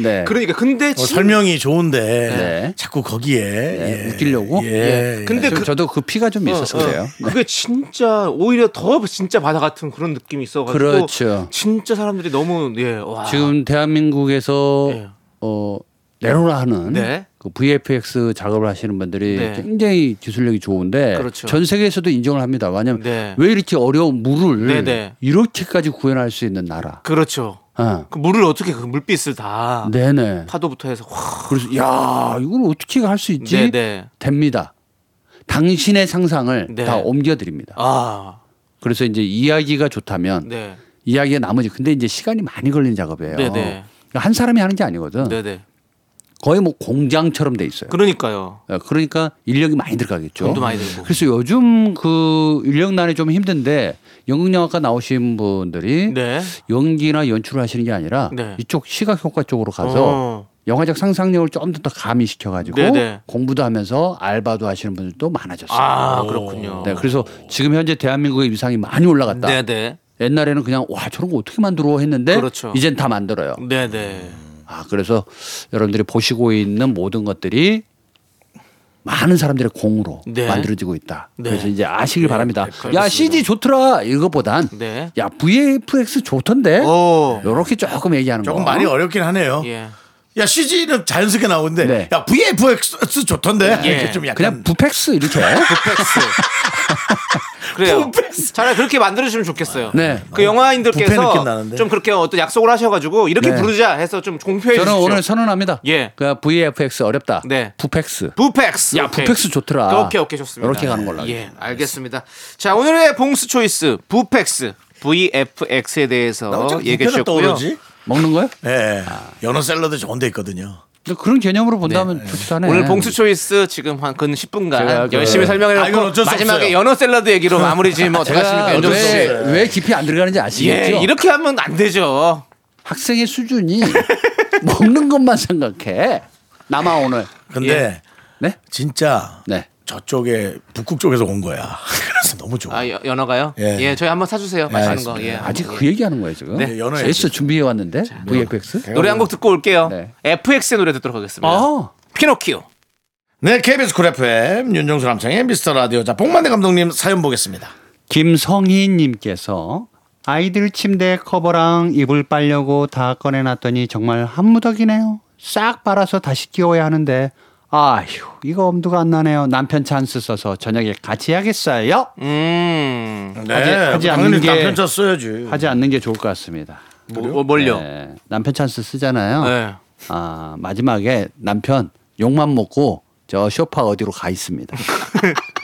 Speaker 7: 네.
Speaker 2: 그러니까 근데
Speaker 5: 어,
Speaker 2: 진-
Speaker 5: 설명이 좋은데
Speaker 7: 네.
Speaker 5: 자꾸 거기에
Speaker 7: 네,
Speaker 5: 예.
Speaker 7: 웃기려고?
Speaker 5: 예.
Speaker 7: 예.
Speaker 2: 근데
Speaker 7: 저-
Speaker 2: 그-
Speaker 7: 저도 그 피가 좀 있어서
Speaker 2: 어, 어.
Speaker 7: 그래요. 네.
Speaker 2: 그게 진짜 오히려 더 진짜 바다 같은 그런 느낌이 있어가지고
Speaker 7: 그렇죠.
Speaker 2: 진짜 사람들이 너무 예 와.
Speaker 7: 지금 대한민국에서
Speaker 2: 예.
Speaker 7: 어, 내로라 하는
Speaker 2: 네.
Speaker 7: 그 VFX 작업을 하시는 분들이
Speaker 2: 네.
Speaker 7: 굉장히 기술력이 좋은데
Speaker 2: 그렇죠.
Speaker 7: 전 세계에서도 인정을 합니다. 왜냐하면
Speaker 2: 네.
Speaker 7: 왜 이렇게 어려운 물을
Speaker 2: 네, 네.
Speaker 7: 이렇게까지 구현할 수 있는 나라.
Speaker 2: 그렇죠.
Speaker 7: 어.
Speaker 2: 그 물을 어떻게 그 물빛을 다
Speaker 7: 네네.
Speaker 2: 파도부터 해서 확
Speaker 7: 그래서 야 이걸 어떻게 할 수 있지?
Speaker 2: 네네
Speaker 7: 됩니다. 당신의 상상을
Speaker 2: 네.
Speaker 7: 다 옮겨드립니다.
Speaker 2: 아
Speaker 7: 그래서 이제 이야기가 좋다면
Speaker 2: 네.
Speaker 7: 이야기의 나머지 근데 이제 시간이 많이 걸린 작업이에요. 그러니까
Speaker 2: 네네.
Speaker 7: 한 사람이 하는 게 아니거든.
Speaker 2: 네네.
Speaker 7: 거의 뭐 공장처럼 돼 있어요.
Speaker 2: 그러니까요.
Speaker 7: 어, 그러니까 인력이 많이 들어가겠죠.
Speaker 2: 돈도 많이 들고.
Speaker 7: 그래서 요즘 그 인력난이 좀 힘든데 연극 영화과 나오신 분들이
Speaker 2: 네.
Speaker 7: 연기나 연출을 하시는 게 아니라
Speaker 2: 네.
Speaker 7: 이쪽 시각 효과 쪽으로 가서
Speaker 2: 어.
Speaker 7: 영화적 상상력을 좀 더 가미시켜 가지고
Speaker 2: 네네.
Speaker 7: 공부도 하면서 알바도 하시는 분들도 많아졌어요.
Speaker 2: 아 그렇군요.
Speaker 7: 네, 그래서 지금 현재 대한민국의 위상이 많이 올라갔다.
Speaker 2: 네네
Speaker 7: 옛날에는 그냥 와 저런 거 어떻게 만들어 했는데
Speaker 2: 그렇죠.
Speaker 7: 이젠 다 만들어요.
Speaker 2: 네네.
Speaker 7: 아 그래서 여러분들이 보시고 있는 모든 것들이 많은 사람들의 공으로
Speaker 2: 네.
Speaker 7: 만들어지고 있다.
Speaker 2: 네.
Speaker 7: 그래서 이제 아시길 바랍니다.
Speaker 2: 알겠습니다.
Speaker 7: 야 CD 좋더라 이거보단
Speaker 2: 네.
Speaker 7: 야 VFX 좋던데
Speaker 2: 오.
Speaker 7: 이렇게 조금 얘기하는
Speaker 5: 조금
Speaker 7: 거.
Speaker 5: 많이 어렵긴 하네요.
Speaker 2: 어, 예.
Speaker 5: 야 CG는 자연스럽게 나오는데
Speaker 7: 네.
Speaker 5: 야 VFX 좋던데
Speaker 2: 예.
Speaker 5: 이렇게 좀
Speaker 7: 그냥
Speaker 5: 약간
Speaker 7: 부펙스
Speaker 2: (laughs)
Speaker 7: 이렇게.
Speaker 2: 부펙스. 그래요. 차라리 그렇게 만들어주시면 좋겠어요.
Speaker 7: 네.
Speaker 2: 그
Speaker 5: 부패 느낌
Speaker 2: 영화인들께서
Speaker 5: 나는데.
Speaker 2: 좀 그렇게 어떤 약속을 하셔가지고 이렇게
Speaker 7: 네.
Speaker 2: 부르자 해서 좀 공표해
Speaker 7: 저는
Speaker 2: 주십시오.
Speaker 7: 오늘 선언합니다.
Speaker 2: 예.
Speaker 7: 그 VFX 어렵다.
Speaker 2: 네.
Speaker 7: 부펙스.
Speaker 2: 부펙스.
Speaker 7: 야,
Speaker 2: 오케이. 그,
Speaker 7: 부펙스 좋더라.
Speaker 2: 오케이 오케이 좋습니다.
Speaker 7: 아, 이렇게 가는 걸로
Speaker 2: 예, 알겠습니다. 자 오늘의 봉스 초이스 부펙스 VFX에
Speaker 5: 나
Speaker 2: 대해서
Speaker 5: 어째
Speaker 2: 얘기해
Speaker 5: 부패가
Speaker 2: 주셨고요.
Speaker 5: 뭐 떠오르지?
Speaker 7: 먹는 거요?
Speaker 5: 예.
Speaker 2: 아.
Speaker 5: 연어 샐러드 좋은 데 있거든요.
Speaker 7: 근데 그런 개념으로 본다면 좋긴 하네.
Speaker 2: 오늘 봉스 초이스 지금 한 근 10분간
Speaker 7: 제가 그-
Speaker 2: 열심히
Speaker 5: 아, 이건
Speaker 2: 설명해놓고
Speaker 5: 어쩔 수
Speaker 2: 마지막에
Speaker 5: 없어요.
Speaker 2: 연어 샐러드 얘기로 마무리 지금 뭐
Speaker 7: 제가
Speaker 2: 대가시니까 연정 씨.
Speaker 7: 아, 왜, 왜 깊이 안 들어가는지 아시겠죠?
Speaker 2: 예, 이렇게 하면 안 되죠.
Speaker 7: 학생의 수준이 (laughs) 먹는 것만 생각해. 남아 오늘.
Speaker 2: 예.
Speaker 5: 근데
Speaker 7: 네?
Speaker 5: 진짜
Speaker 7: 네.
Speaker 5: 저쪽에 북극 쪽에서 온 거야. (laughs) 그래서 너무 좋아.
Speaker 2: 아 여- 연어가요? 예.
Speaker 5: 예.
Speaker 2: 저희 한번 사주세요. 맛있는 거. 예.
Speaker 7: 아직 그 얘기하는 거예요 지금.
Speaker 5: 네, 연어의
Speaker 7: 제스 준비해 왔는데 VFX.
Speaker 2: 노래 한 곡 듣고 올게요.
Speaker 7: 네.
Speaker 2: FX의 노래 듣도록 하겠습니다.
Speaker 5: 어?
Speaker 7: 아,
Speaker 2: 피노키오.
Speaker 5: 네, KBS 쿨 FM 윤정수 남창의 미스터 라디오. 자, 복만대 감독님 사연 보겠습니다.
Speaker 7: 김성희님께서 아이들 침대 커버랑 이불 빨려고 다 꺼내놨더니 정말 한 무더기네요. 싹 빨아서 다시 끼워야 하는데 아휴 이거 엄두가 안 나네요. 남편 찬스 써서 저녁에 같이 해야겠어요.
Speaker 2: 음.
Speaker 5: 네,
Speaker 7: 하지- 하지 않는
Speaker 5: 당연히
Speaker 7: 게-
Speaker 5: 남편 차 써야지.
Speaker 7: 하지 않는 게 좋을 것 같습니다.
Speaker 2: 뭐, 뭘요?
Speaker 7: 네, 남편 찬스 쓰잖아요.
Speaker 2: 네.
Speaker 7: 아 마지막에 남편 욕만 먹고 저 쇼파 어디로 가 있습니다.
Speaker 2: (laughs)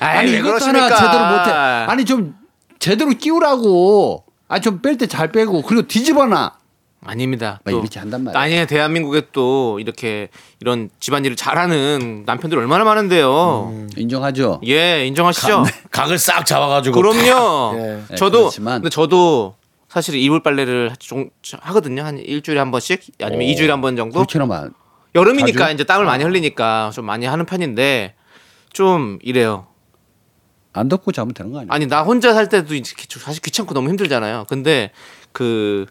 Speaker 2: 아이, 왜
Speaker 7: 이것도
Speaker 2: 그러십니까?
Speaker 7: 하나 제대로 못해. 아니 좀 제대로 끼우라고. 아 좀 뺄 때 잘 빼고 그리고 뒤집어놔.
Speaker 2: 아닙니다.
Speaker 7: 막 이렇게 한단 말이에요.
Speaker 2: 아니 대한민국에 또 이렇게 이런 집안일을 잘하는 남편들 얼마나 많은데요.
Speaker 7: 음. 인정하죠.
Speaker 2: 예, 인정하시죠?
Speaker 5: 각을 싹 잡아가지고.
Speaker 2: 그럼요.
Speaker 7: 네,
Speaker 2: 저도
Speaker 7: 그렇지만.
Speaker 2: 근데 저도 사실 이불 빨래를 종- 하거든요. 한 일주일에 한 번씩 아니면 이주일에 한 번 정도.
Speaker 7: 어, 그렇게나만
Speaker 2: 여름이니까
Speaker 7: 자주? 어.
Speaker 2: 이제 땀을 많이 흘리니까 좀 많이 하는 편인데 좀 이래요.
Speaker 7: 안 덮고 자면 되는 거 아니에요?
Speaker 2: 아니 나 혼자 살 때도 이제 귀- 사실 귀찮고 너무 힘들잖아요. 근데 그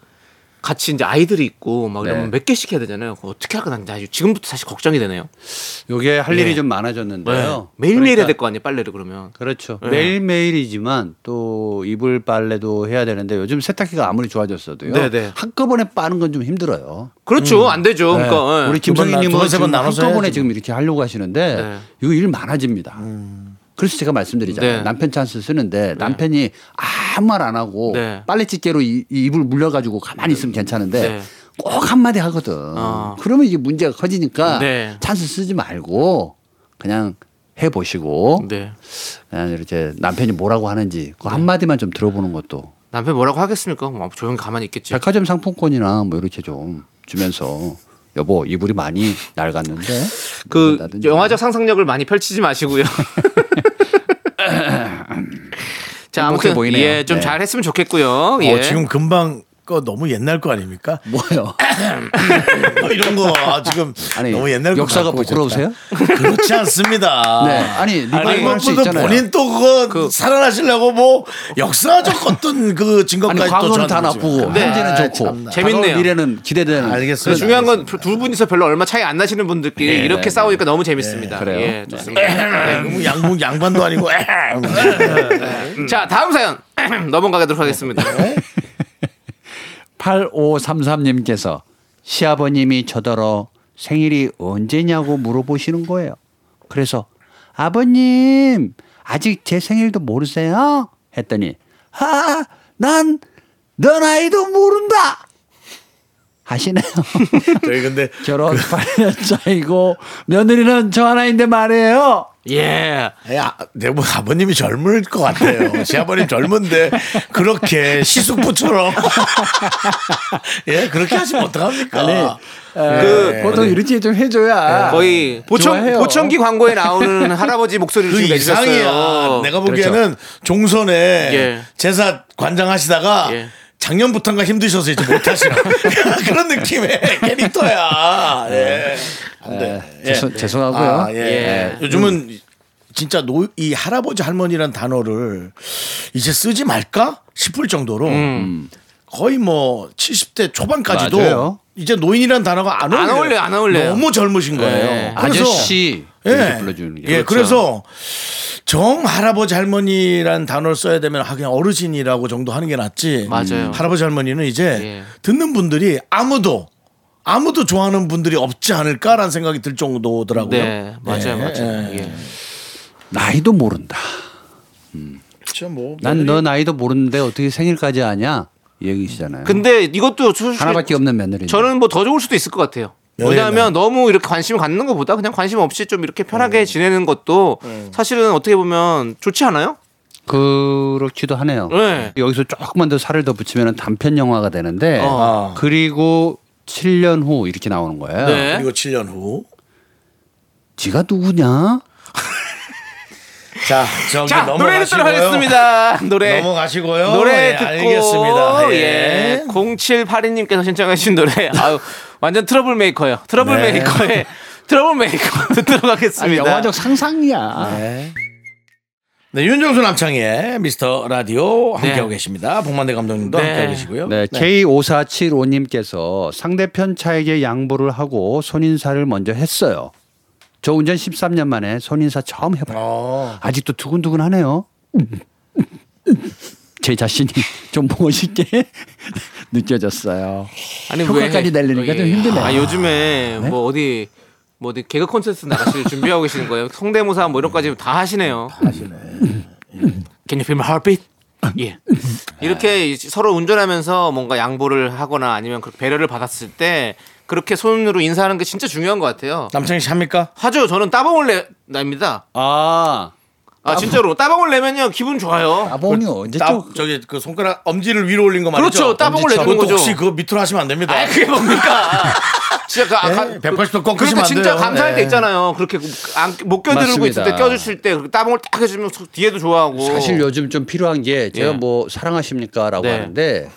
Speaker 2: 같이 이제 아이들이 있고 막 이러면
Speaker 7: 네.
Speaker 2: 몇 개씩 해야 되잖아요. 그거 어떻게 할까 난 나 지금부터 사실 걱정이 되네요.
Speaker 7: 요게 할
Speaker 2: 예.
Speaker 7: 일이 좀 많아졌는데요.
Speaker 2: 매일매일 해야
Speaker 7: 네. 그러니까-
Speaker 2: 될 거 아니에요, 빨래를 그러면.
Speaker 7: 그렇죠.
Speaker 2: 예.
Speaker 7: 매일매일이지만 또 이불 빨래도 해야 되는데 요즘 세탁기가 아무리 좋아졌어도요.
Speaker 2: 네네.
Speaker 7: 한꺼번에 빠는 건 좀 힘들어요.
Speaker 2: 그렇죠. 안 되죠.
Speaker 7: 네.
Speaker 2: 그러니까 예.
Speaker 7: 우리
Speaker 5: 두번 나- 두세
Speaker 7: 김성희님은
Speaker 5: 번
Speaker 7: 지금
Speaker 5: 나눠서
Speaker 7: 한꺼번에
Speaker 5: 해야지.
Speaker 7: 지금 이렇게 하려고 하시는데
Speaker 2: 네.
Speaker 7: 이거 일 많아집니다. 그래서 제가 말씀드리잖아요.
Speaker 2: 네.
Speaker 7: 남편 찬스 쓰는데 남편이 아무 말 안 하고
Speaker 2: 네.
Speaker 7: 빨래집게로 이, 이 입을 물려가지고 가만히 있으면 괜찮은데
Speaker 2: 네.
Speaker 7: 꼭 한마디 하거든.
Speaker 2: 어.
Speaker 7: 그러면 이게 문제가 커지니까
Speaker 2: 네.
Speaker 7: 찬스 쓰지 말고 그냥 해보시고
Speaker 2: 네.
Speaker 7: 그냥 이렇게 남편이 뭐라고 하는지 그 한마디만 좀 들어보는 것도
Speaker 2: 남편 뭐라고 하겠습니까? 뭐 조용히 가만히 있겠지.
Speaker 7: 백화점 상품권이나 뭐 이렇게 좀 주면서 여보 이불이 많이 낡았는데
Speaker 2: 그
Speaker 7: 그런다든지.
Speaker 2: 영화적 상상력을 많이 펼치지 (laughs) 마시고요. 자,
Speaker 7: 행복해
Speaker 2: 아무튼
Speaker 7: 보이네요.
Speaker 2: 예, 좀
Speaker 7: 네.
Speaker 2: 잘했으면 좋겠고요. 예.
Speaker 5: 어, 지금 금방 거 너무 옛날 거 아닙니까?
Speaker 7: 뭐요?
Speaker 5: 뭐 이런 거 지금
Speaker 7: 아니,
Speaker 5: 너무 옛날 거
Speaker 7: 역사가
Speaker 5: 갖고
Speaker 7: 부끄러우세요?
Speaker 5: 오셨다. 그렇지 않습니다.
Speaker 7: 네. 아니,
Speaker 5: 아니,
Speaker 7: 리바이벌 할수
Speaker 5: 그것도
Speaker 7: 있잖아요.
Speaker 5: 본인 또 그거 살아나시려고 뭐 역사적 어떤 그
Speaker 7: 아니,
Speaker 5: 증거까지 또
Speaker 7: 과거는 다
Speaker 5: 저한테 지금. 네,
Speaker 7: 나쁘고 현재는 좋고
Speaker 2: 참나. 재밌네요.
Speaker 7: 미래는 기대되는.
Speaker 5: 알겠어요.
Speaker 2: 중요한 건 두 분이서 별로 얼마 차이 안 나시는 분들끼리
Speaker 7: 네,
Speaker 2: 이렇게 싸우니까 너무 재밌습니다.
Speaker 7: 그래요. 네.
Speaker 2: 예, 좋습니다.
Speaker 5: 너무 네, 뭐 양복 양반도 아니고
Speaker 2: 자, 다음 사연 (clears throat) 넘어가도록 하겠습니다.
Speaker 7: 네. 8533님께서 시아버님이 저더러 생일이 언제냐고 물어보시는 거예요. 그래서 아버님 아직 제 생일도 모르세요? 했더니 아, 아난너 나이도 모른다 하시네요.
Speaker 5: 저희 근데
Speaker 7: 결혼
Speaker 2: 그
Speaker 7: 8년 차이고 며느리는 저 하나인데 말이에요.
Speaker 2: 예.
Speaker 5: 야, 아, 네, 내뭐 아버님이 젊을 것 같아요. 시아버님 젊은데 그렇게 시숙부처럼 (laughs) 예 그렇게 하시면 어떡합니까?
Speaker 7: 그
Speaker 5: 네.
Speaker 7: 보통 이렇게 좀 해줘야
Speaker 2: 네, 거의 보청,
Speaker 7: 좋아해요. 예,
Speaker 2: 보청기 광고에 (laughs) 나오는 할아버지 목소리를
Speaker 5: 그
Speaker 2: 지금
Speaker 5: 이상이야.
Speaker 2: 내주셨어요. 그렇죠.
Speaker 5: 내가 보기에는 종선에
Speaker 2: 예.
Speaker 5: 제사 관장 하시다가
Speaker 2: 예.
Speaker 5: 작년부터인가 힘드셔서 이제 못하시나 (laughs) 그런 느낌의 캐릭터야. 예. 안 돼. 예.
Speaker 7: 죄송, 죄송하고요.
Speaker 5: 아, 예.
Speaker 2: 예.
Speaker 5: 요즘은 진짜 노, 이 할아버지 할머니란 단어를 이제 쓰지 말까 싶을 정도로
Speaker 2: 음.
Speaker 5: 거의 뭐 70대 초반까지도
Speaker 7: 맞아요.
Speaker 5: 이제 노인이란 단어가 안 어울려요.
Speaker 2: 안 어울려요, 안 어울려요. 네.
Speaker 5: 너무 젊으신 거예요. 그래서
Speaker 7: 아저씨 이렇게 불러주는 게
Speaker 2: 그렇죠.
Speaker 5: 예, 그래서 정 할아버지 할머니란 단어를 써야 되면 아 그냥 어르신이라고 정도 하는 게 낫지.
Speaker 2: 맞아요.
Speaker 5: 할아버지 할머니는 이제
Speaker 2: 예.
Speaker 5: 듣는 분들이 아무도 아무도 좋아하는 분들이 없지 않을까라는 생각이 들 정도더라고요.
Speaker 2: 네, 맞아요,
Speaker 5: 예,
Speaker 2: 맞아요.
Speaker 5: 예.
Speaker 2: 예.
Speaker 7: 나이도 모른다.
Speaker 5: 그쵸, 뭐.
Speaker 7: 난 너 나이도 모르는데 어떻게 생일까지 아냐 이 얘기시잖아요.
Speaker 2: 근데 이것도 솔직히
Speaker 7: 하나밖에 없는 며느리.
Speaker 2: 저는 뭐 더 좋을 수도 있을 것 같아요.
Speaker 5: 네,
Speaker 2: 왜냐하면 너무 이렇게 관심 갖는 것보다 그냥 관심 없이 좀 이렇게
Speaker 5: 음.
Speaker 2: 편하게 지내는 것도 사실은 어떻게 보면 좋지 않아요?
Speaker 7: 그렇기도 하네요.
Speaker 2: 네.
Speaker 7: 여기서 조금만 더 살을 더 붙이면 단편 영화가 되는데
Speaker 2: 어.
Speaker 7: 그리고 7년 후 이렇게 나오는 거예요.
Speaker 2: 네.
Speaker 5: 그리고 7년 후.
Speaker 7: 지가 누구냐?
Speaker 5: 자, 저기
Speaker 2: 자 노래를 들어
Speaker 5: 넘어가시고요.
Speaker 2: 하겠습니다.
Speaker 5: (laughs)
Speaker 2: 노래
Speaker 5: 넘어가시고요.
Speaker 2: 네. 노래
Speaker 5: 예,
Speaker 2: 듣고
Speaker 5: 알겠습니다.
Speaker 2: 예.
Speaker 5: 예.
Speaker 2: 0782님께서 신청하신
Speaker 5: (laughs)
Speaker 2: 노래 아유 완전 트러블 메이커예요. 트러블
Speaker 5: 네.
Speaker 2: 메이커의 (laughs) 트러블 메이커 (laughs) 듣도록 하겠습니다.
Speaker 7: 영화적 상상이야.
Speaker 5: 네, 윤정수 남창희의 미스터 라디오 함께하고
Speaker 2: 네.
Speaker 5: 계십니다. 복만대 감독님도
Speaker 2: 네.
Speaker 5: 함께하고 계시고요.
Speaker 7: 네, K5475님께서 상대편 차에게 양보를 하고 손인사를 먼저 했어요. 저 운전 13년 만에 손인사 처음 해봐요.
Speaker 5: 어.
Speaker 7: 아직도 두근두근하네요. 제 자신이 좀 멋있게 (laughs) 느껴졌어요.
Speaker 2: 아니 왜-
Speaker 7: 효과까지 내려니까 좀
Speaker 2: 예.
Speaker 7: 힘드네요.
Speaker 2: 아 요즘에 뭐 어디 뭐 어디 개그 콘서트 나가실 준비하고 계시는 거예요. 성대모사 뭐 이런까지 다 하시네요. 다 하시네. Can you feel my heartbeat? 예. 이렇게 서로 운전하면서 뭔가 양보를 하거나 아니면 그 배려를 받았을 때 그렇게 손으로 인사하는 게 진짜 중요한 것 같아요.
Speaker 5: 남창희 씨 합니까?
Speaker 2: 하죠. 저는 따봉을 내 납니다.
Speaker 7: 아,
Speaker 2: 아 진짜로 따봉을 내면요 기분 좋아요.
Speaker 7: 아봉이 언제
Speaker 5: 따,
Speaker 7: 쪽?
Speaker 5: 저기 그 손가락 엄지를 위로 올린 거 말이죠.
Speaker 2: 그렇죠. 따봉을
Speaker 5: 엄지척.
Speaker 2: 내는 거죠.
Speaker 5: 혹시 그거 밑으로 하시면 안 됩니다. 네,
Speaker 2: 아 그게
Speaker 5: (laughs)
Speaker 2: 뭡니까? 진짜 그, 아, 가- 그럴
Speaker 5: 180도 꺾으시면
Speaker 2: 때
Speaker 5: 안 돼요.
Speaker 2: 진짜 감사할
Speaker 5: 네.
Speaker 2: 때 있잖아요. 그렇게 그- 안, 못 껴들고
Speaker 7: 맞습니다.
Speaker 2: 있을 때 껴주실 때 그 따봉을 딱 해주면 소- 뒤에도 좋아하고.
Speaker 7: 사실 요즘 좀 필요한 게 제가
Speaker 2: 예.
Speaker 7: 뭐 사랑하십니까라고
Speaker 2: 네.
Speaker 7: 하는데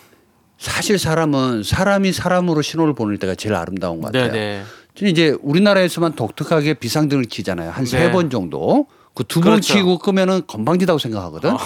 Speaker 7: 사실 사람은 사람이 사람으로 신호를 보낼 때가 제일 아름다운 것 같아요.
Speaker 2: 네네.
Speaker 7: 저는 이제 우리나라에서만 독특하게 비상등을 키잖아요. 한 세
Speaker 2: 네.
Speaker 7: 번 정도. 그 두 번
Speaker 2: 그렇죠. 아.
Speaker 7: 키고 끄면은 건방지다고 생각하거든.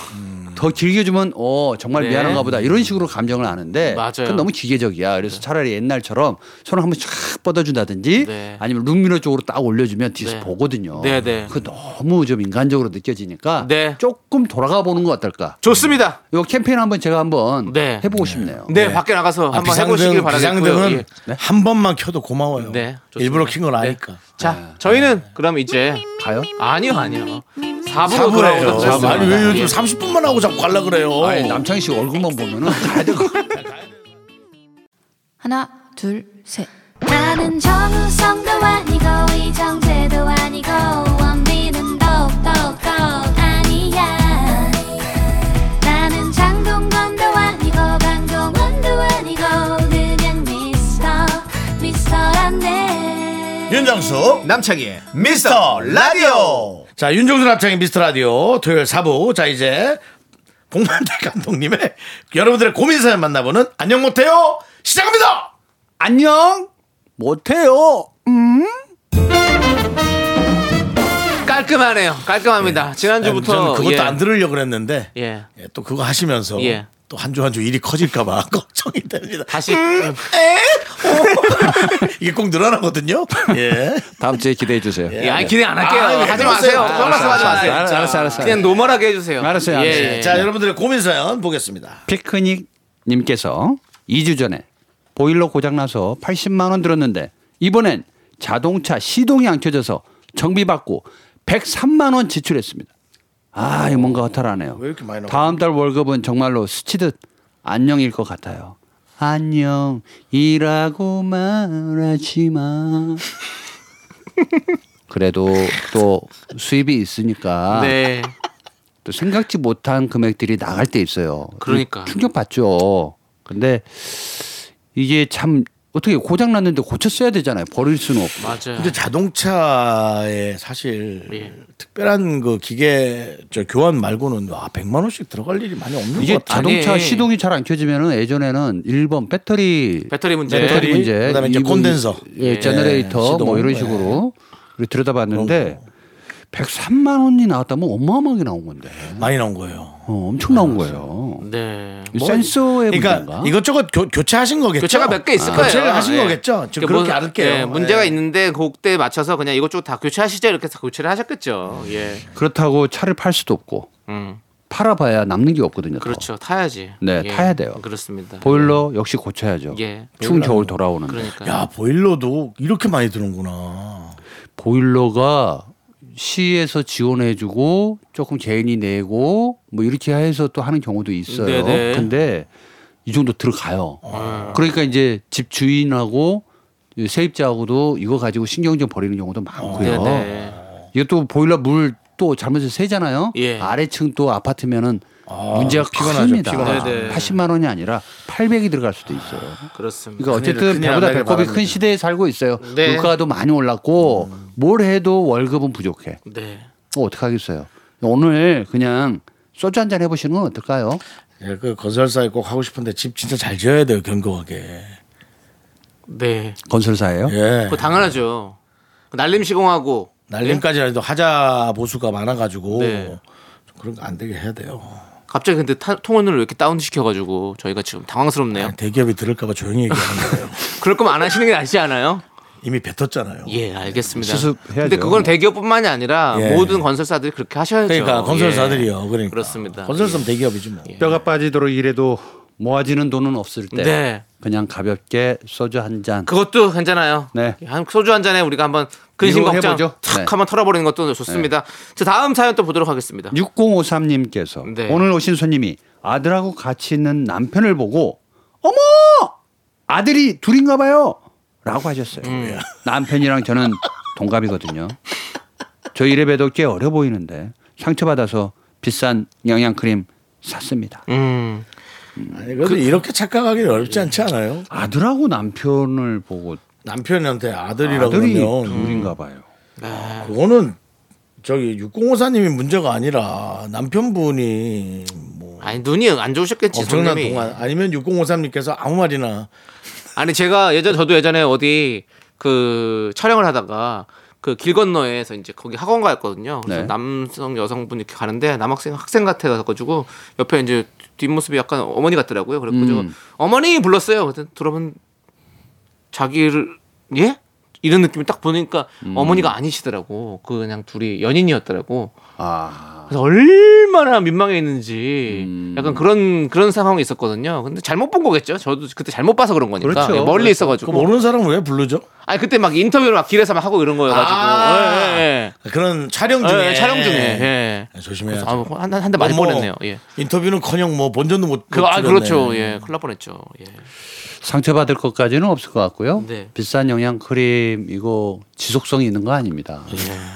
Speaker 7: 더 길게 주면 어 정말
Speaker 2: 네.
Speaker 7: 미안한가 보다 이런 식으로 감정을 아는데
Speaker 2: 맞아요.
Speaker 7: 그건 너무 기계적이야. 그래서 차라리 옛날처럼 손을 한번 쫙 뻗어준다든지
Speaker 2: 네.
Speaker 7: 아니면 룸미러 쪽으로 딱 올려주면 뒤에서
Speaker 2: 네.
Speaker 7: 보거든요.
Speaker 2: 네, 네.
Speaker 7: 그 너무 좀 인간적으로 느껴지니까
Speaker 2: 네.
Speaker 7: 조금 돌아가 보는 거 어떨까?
Speaker 2: 좋습니다.
Speaker 7: 요 캠페인 한번 제가 한번
Speaker 2: 네.
Speaker 7: 해보고 싶네요.
Speaker 2: 네, 밖에 나가서
Speaker 5: 아,
Speaker 2: 한번 해보시길
Speaker 5: 비상등,
Speaker 2: 바라겠고요.
Speaker 5: 비상등은
Speaker 2: 예.
Speaker 5: 한 번만 켜도 고마워요.
Speaker 2: 네, 좋습니다. 네.
Speaker 5: 일부러 킨 건 아니까.
Speaker 2: 자, 저희는 그럼 이제
Speaker 7: 가요?
Speaker 2: 아니요 아니요. 4부로 돌아오도록
Speaker 5: 사부래요.
Speaker 2: 하겠습니다.
Speaker 5: 아니 왜 요즘
Speaker 2: 예.
Speaker 5: 30분만 하고 자꾸 갈라 그래요.
Speaker 7: 아니, 남창희 씨 얼굴만 보면은 가야 될것 같아.
Speaker 8: 하나, 둘, 셋.
Speaker 4: 나는 정우성도 아니고 이정재도 아니고 원빈은 더욱더 아니야 나는 장동건도 아니고 강동원도 아니고 그냥 미스터 미스터란데
Speaker 5: 윤정수 남창희의 미스터 라디오 자 윤정수 남창희 미스터 라디오 토요일 4부 자 이제 공만대 감독님의 (laughs) 여러분들의 고민 사연 만나보는 안녕 못해요 시작합니다.
Speaker 7: 안녕 (laughs) 못해요
Speaker 2: 깔끔하네요. 깔끔합니다. 지난주부터
Speaker 5: 예. 저는 그것도
Speaker 2: 예.
Speaker 5: 안 들으려고 그랬는데
Speaker 2: 예.
Speaker 5: 예, 또 그거 하시면서
Speaker 2: 예.
Speaker 5: 또 한 주 한 주 일이 커질까봐 (laughs) 걱정이 됩니다.
Speaker 2: 다시
Speaker 5: 에? 어. (laughs) 이게 꼭 늘어나거든요. 예.
Speaker 7: 다음 주에 기대해 주세요 예,
Speaker 2: 예, 아니, 기대 안 할게요.
Speaker 5: 아,
Speaker 2: 하지
Speaker 5: 알았어요.
Speaker 2: 마세요.
Speaker 5: 알았어요.
Speaker 2: 말씀 하지
Speaker 7: 알았어요.
Speaker 2: 마세요.
Speaker 7: 알았어요. 알았어요. 알았어요.
Speaker 2: 그냥 노멀하게 해주세요.
Speaker 7: 알았어요, 알았어요.
Speaker 2: 예, 예.
Speaker 5: 자, 여러분들의 고민 사연 보겠습니다.
Speaker 7: 피크닉 님께서 2주 전에 보일러 고장 나서 80만 원 들었는데 이번엔 자동차 시동이 안 켜져서 정비 받고 103만 원 지출했습니다. 아, 이거 뭔가 허탈하네요.
Speaker 5: 왜 이렇게 많이 나와?
Speaker 7: 다음 달 월급은 정말로 스치듯 안녕일 것 같아요. 안녕 이라고 말하지
Speaker 5: (laughs)
Speaker 7: 마. 그래도 또 수입이 있으니까
Speaker 2: 네.
Speaker 7: 또 생각지 못한 금액들이 나갈 때 있어요.
Speaker 2: 그러니까.
Speaker 7: 충격 받죠. 근데 이게 참 어떻게 고장 났는데 고쳐 써야 되잖아요. 버릴 수는 없고.
Speaker 2: 맞아요.
Speaker 5: 근데 자동차에 사실 특별한 그 기계 저 교환 말고는 와 100만 원씩 들어갈 일이 많이 없는
Speaker 7: 이게
Speaker 5: 것 같아요.
Speaker 7: 자동차
Speaker 2: 아니.
Speaker 7: 시동이 잘 안 켜지면은 예전에는 1번 배터리
Speaker 2: 배터리 문제.
Speaker 5: 네,
Speaker 7: 배터리 문제,
Speaker 5: 그다음에 이제
Speaker 7: 이분,
Speaker 5: 콘덴서.
Speaker 7: 예,
Speaker 2: 예,
Speaker 7: 제너레이터
Speaker 5: 시동.
Speaker 7: 뭐 이런 식으로 우리 들여다봤는데 103만 원이 나왔다면 어마어마하게 나온 건데
Speaker 5: 많이 나온 거예요.
Speaker 7: 어, 엄청 나온 거예요.
Speaker 2: 네.
Speaker 7: 이 센서의
Speaker 5: 그러니까
Speaker 7: 문제인가?
Speaker 5: 이것저것 교, 교체하신 거겠죠.
Speaker 2: 그
Speaker 5: 아,
Speaker 2: 교체가 몇 개 있을 거예요.
Speaker 5: 교체를 하신
Speaker 2: 예.
Speaker 5: 거겠죠. 지금
Speaker 2: 그러니까
Speaker 5: 그렇게
Speaker 2: 뭐,
Speaker 5: 알을게요.
Speaker 2: 예, 문제가
Speaker 5: 예.
Speaker 2: 있는데 그때 맞춰서 그냥 이것저것 다 교체하시죠 이렇게 다 교체를 하셨겠죠. 예.
Speaker 7: 그렇다고 차를 팔 수도 없고
Speaker 2: 음.
Speaker 5: 어.
Speaker 7: 팔아봐야 남는 게 없거든요. 더.
Speaker 2: 그렇죠. 타야지.
Speaker 7: 네,
Speaker 2: 예.
Speaker 7: 타야 돼요.
Speaker 2: 그렇습니다.
Speaker 7: 보일러 역시 고쳐야죠.
Speaker 2: 예.
Speaker 7: 추운 겨울 돌아오는데
Speaker 2: 그러니까.
Speaker 5: 야 보일러도 이렇게 많이 드는구나.
Speaker 7: 보일러가 시에서 지원해주고 조금 개인이 내고 뭐 이렇게 해서 또 하는 경우도 있어요.
Speaker 2: 네네. 아.
Speaker 7: 근데 이 정도 들어가요. 그러니까 이제 집 주인하고 이 세입자하고도 이거 가지고 신경 좀 버리는 경우도 많고요.
Speaker 2: 아, 네네.
Speaker 7: 이것도 보일러 물 또 잘못해서 새잖아요.
Speaker 2: 예.
Speaker 7: 아래층 또 아파트면은 문제가
Speaker 5: 피곤하죠,
Speaker 7: 큽니다.
Speaker 5: 피곤하죠.
Speaker 2: 네네.
Speaker 7: 80만 원이 아니라 800이 들어갈 수도 있어요.
Speaker 2: 그렇습니다.
Speaker 7: 그러니까 어쨌든
Speaker 5: 큰일
Speaker 7: 배보다
Speaker 5: 안 나길
Speaker 7: 배꼽이 큰
Speaker 5: 바랍니다.
Speaker 7: 시대에 살고 있어요.
Speaker 2: 네.
Speaker 7: 물가도 많이 올랐고
Speaker 5: 음.
Speaker 7: 뭘 해도 월급은 부족해.
Speaker 2: 네.
Speaker 7: 뭐 어떡하겠어요. 오늘 그냥 소주 한 잔 해보시는 건 어떨까요?
Speaker 5: 예, 그 건설사에 꼭 하고 싶은데 집 진짜 잘 지어야 돼요 견고하게.
Speaker 2: 네.
Speaker 7: 건설사예요?
Speaker 5: 예.
Speaker 2: 그 당연하죠. 그 날림 시공하고
Speaker 5: 날림까지라도 하자 보수가 많아가지고
Speaker 2: 네.
Speaker 5: 좀 그런 거 안 되게 해야 돼요.
Speaker 2: 갑자기 근데 타- 통원을 왜 이렇게 다운 시켜가지고 저희가 지금
Speaker 5: 아,
Speaker 2: 당황스럽네요.
Speaker 5: 대기업이 들을까봐 조용히 얘기하는
Speaker 2: (laughs)
Speaker 5: 거예요.
Speaker 2: 그럴 거면 안 하시는 게 낫지 않아요?
Speaker 5: 이미 뱉었잖아요.
Speaker 2: 예, 알겠습니다.
Speaker 7: 수습해야죠.
Speaker 2: 근데 그건 대기업뿐만이 아니라
Speaker 5: 예.
Speaker 2: 모든 건설사들이 그렇게 하셔야죠.
Speaker 5: 그러니까 건설사들이요.
Speaker 2: 예.
Speaker 5: 그러니까
Speaker 2: 그렇습니다. 예.
Speaker 5: 건설사 면 대기업이지 뭐.
Speaker 7: 뼈가 빠지도록 일해도 모아지는 돈은 없을 때
Speaker 2: 네.
Speaker 7: 그냥 가볍게 소주 한 잔.
Speaker 2: 그것도 괜찮아요.
Speaker 7: 네.
Speaker 2: 한 소주 한 잔에 우리가 한번 근심
Speaker 7: 위로해보죠.
Speaker 2: 걱정 탁
Speaker 7: 네.
Speaker 2: 한번 털어버리는 것도 좋습니다.
Speaker 5: 네.
Speaker 2: 자 다음 사연 또 보도록 하겠습니다.
Speaker 7: 6053님께서
Speaker 2: 네.
Speaker 7: 오늘 오신 손님이 아들하고 같이 있는 남편을 보고 어머 아들이 둘인가 봐요 라고 하셨어요 예. 남편이랑 저는 동갑이거든요 저 이래 봬도 꽤 어려 보이는데 상처받아서 비싼 영양크림 샀습니다
Speaker 2: 음.
Speaker 5: 아니, 그래도 이렇게 착각하기는
Speaker 2: 예.
Speaker 5: 어렵지 않지 않아요?
Speaker 7: 아들하고 남편을 보고
Speaker 5: 남편한테 아들이라고
Speaker 7: 아들이
Speaker 2: 음.
Speaker 5: 그러면
Speaker 7: 둘인가 봐요
Speaker 5: 그거는 저기 6054님이 문제가 아니라 남편분이 뭐
Speaker 2: 아니 눈이 안 좋으셨겠지.
Speaker 5: 엄청난
Speaker 2: 손님이.
Speaker 5: 동안 아니면 6053님께서 아무 말이나
Speaker 2: 아니 제가 예전 저도 예전에 어디 그 촬영을 하다가 그 길 건너에서 이제 거기 학원 가였거든요. 그래서
Speaker 7: 네.
Speaker 2: 남성 여성분 이렇게 가는데 남학생 학생 같아가지고 옆에 이제 뒷모습이 약간 어머니 같더라고요. 그래가지고
Speaker 5: 음.
Speaker 2: 어머니 불렀어요. 그래서 들어본 자기를 예 이런 느낌이 딱 보니까
Speaker 5: 음.
Speaker 2: 어머니가 아니시더라고. 그냥 둘이 연인이었더라고.
Speaker 7: 아
Speaker 2: 그래서 얼마나 민망했는지 약간 그런 그런 상황이 있었거든요. 근데 잘못 본 거겠죠. 저도 그때 잘못 봐서 그런 거니까
Speaker 7: 그렇죠.
Speaker 2: 예, 멀리
Speaker 5: 그
Speaker 2: 있어가지고.
Speaker 5: 모르는 사람을 왜 부르죠?
Speaker 2: 아니 그때 막 인터뷰를 막 길에서 막 하고 이런 거여가지고.
Speaker 5: 아.
Speaker 2: 예, 예,
Speaker 5: 그런 촬영
Speaker 2: 예.
Speaker 5: 중에
Speaker 2: 예, 촬영 중에. 예.
Speaker 5: 조심해야
Speaker 2: 그래서 아, 한, 한대 많이 보냈네요. 예.
Speaker 5: 뭐 인터뷰는커녕 뭐 본전도 못.
Speaker 2: 그, 아,
Speaker 5: 못 줄였네.
Speaker 2: 그렇죠. 예, 큰일 날 뻔했죠. 예.
Speaker 7: 상처받을 것까지는 없을 것 같고요.
Speaker 2: 네.
Speaker 7: 비싼 영양크림 이거 지속성이 있는 거 아닙니다.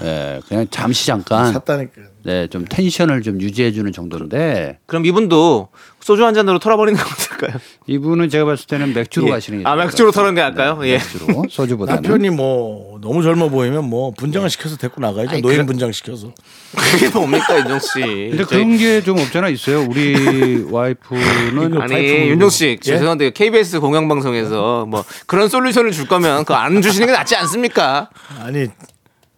Speaker 7: 예, 그냥 잠시 잠깐
Speaker 5: 샀다니까.
Speaker 7: 네, 좀 텐션을 좀 유지해주는 정도인데
Speaker 2: 그럼 이분도 소주 한 잔으로 털어버리는 건 어떨까요?
Speaker 7: 이분은 제가 봤을 때는 맥주로
Speaker 2: 예.
Speaker 7: 가시는 게
Speaker 2: 아,
Speaker 7: 좋을 것
Speaker 2: 맥주로
Speaker 7: 같아요.
Speaker 2: 털는 게 할까요? 예.
Speaker 7: 맥주로 (laughs) 소주보다는
Speaker 5: 남편이 뭐 너무 젊어 보이면 뭐 분장을 시켜서 데리고 나가야죠.
Speaker 2: 예. 아니,
Speaker 5: 노인
Speaker 2: 그래-
Speaker 5: 분장 시켜서.
Speaker 2: (laughs) 그게 뭡니까, 윤정 (laughs) 씨?
Speaker 7: 근데
Speaker 2: 저희-
Speaker 7: 그런 게 좀 없잖아 있어요.
Speaker 2: (laughs)
Speaker 7: 우리 와이프는
Speaker 2: 아니 윤종 씨 죄송한데 KBS 공영방송에서 뭐 그런 솔루션을 줄 거면 그거 안 주시는 게 낫지 않습니까?
Speaker 5: 아니,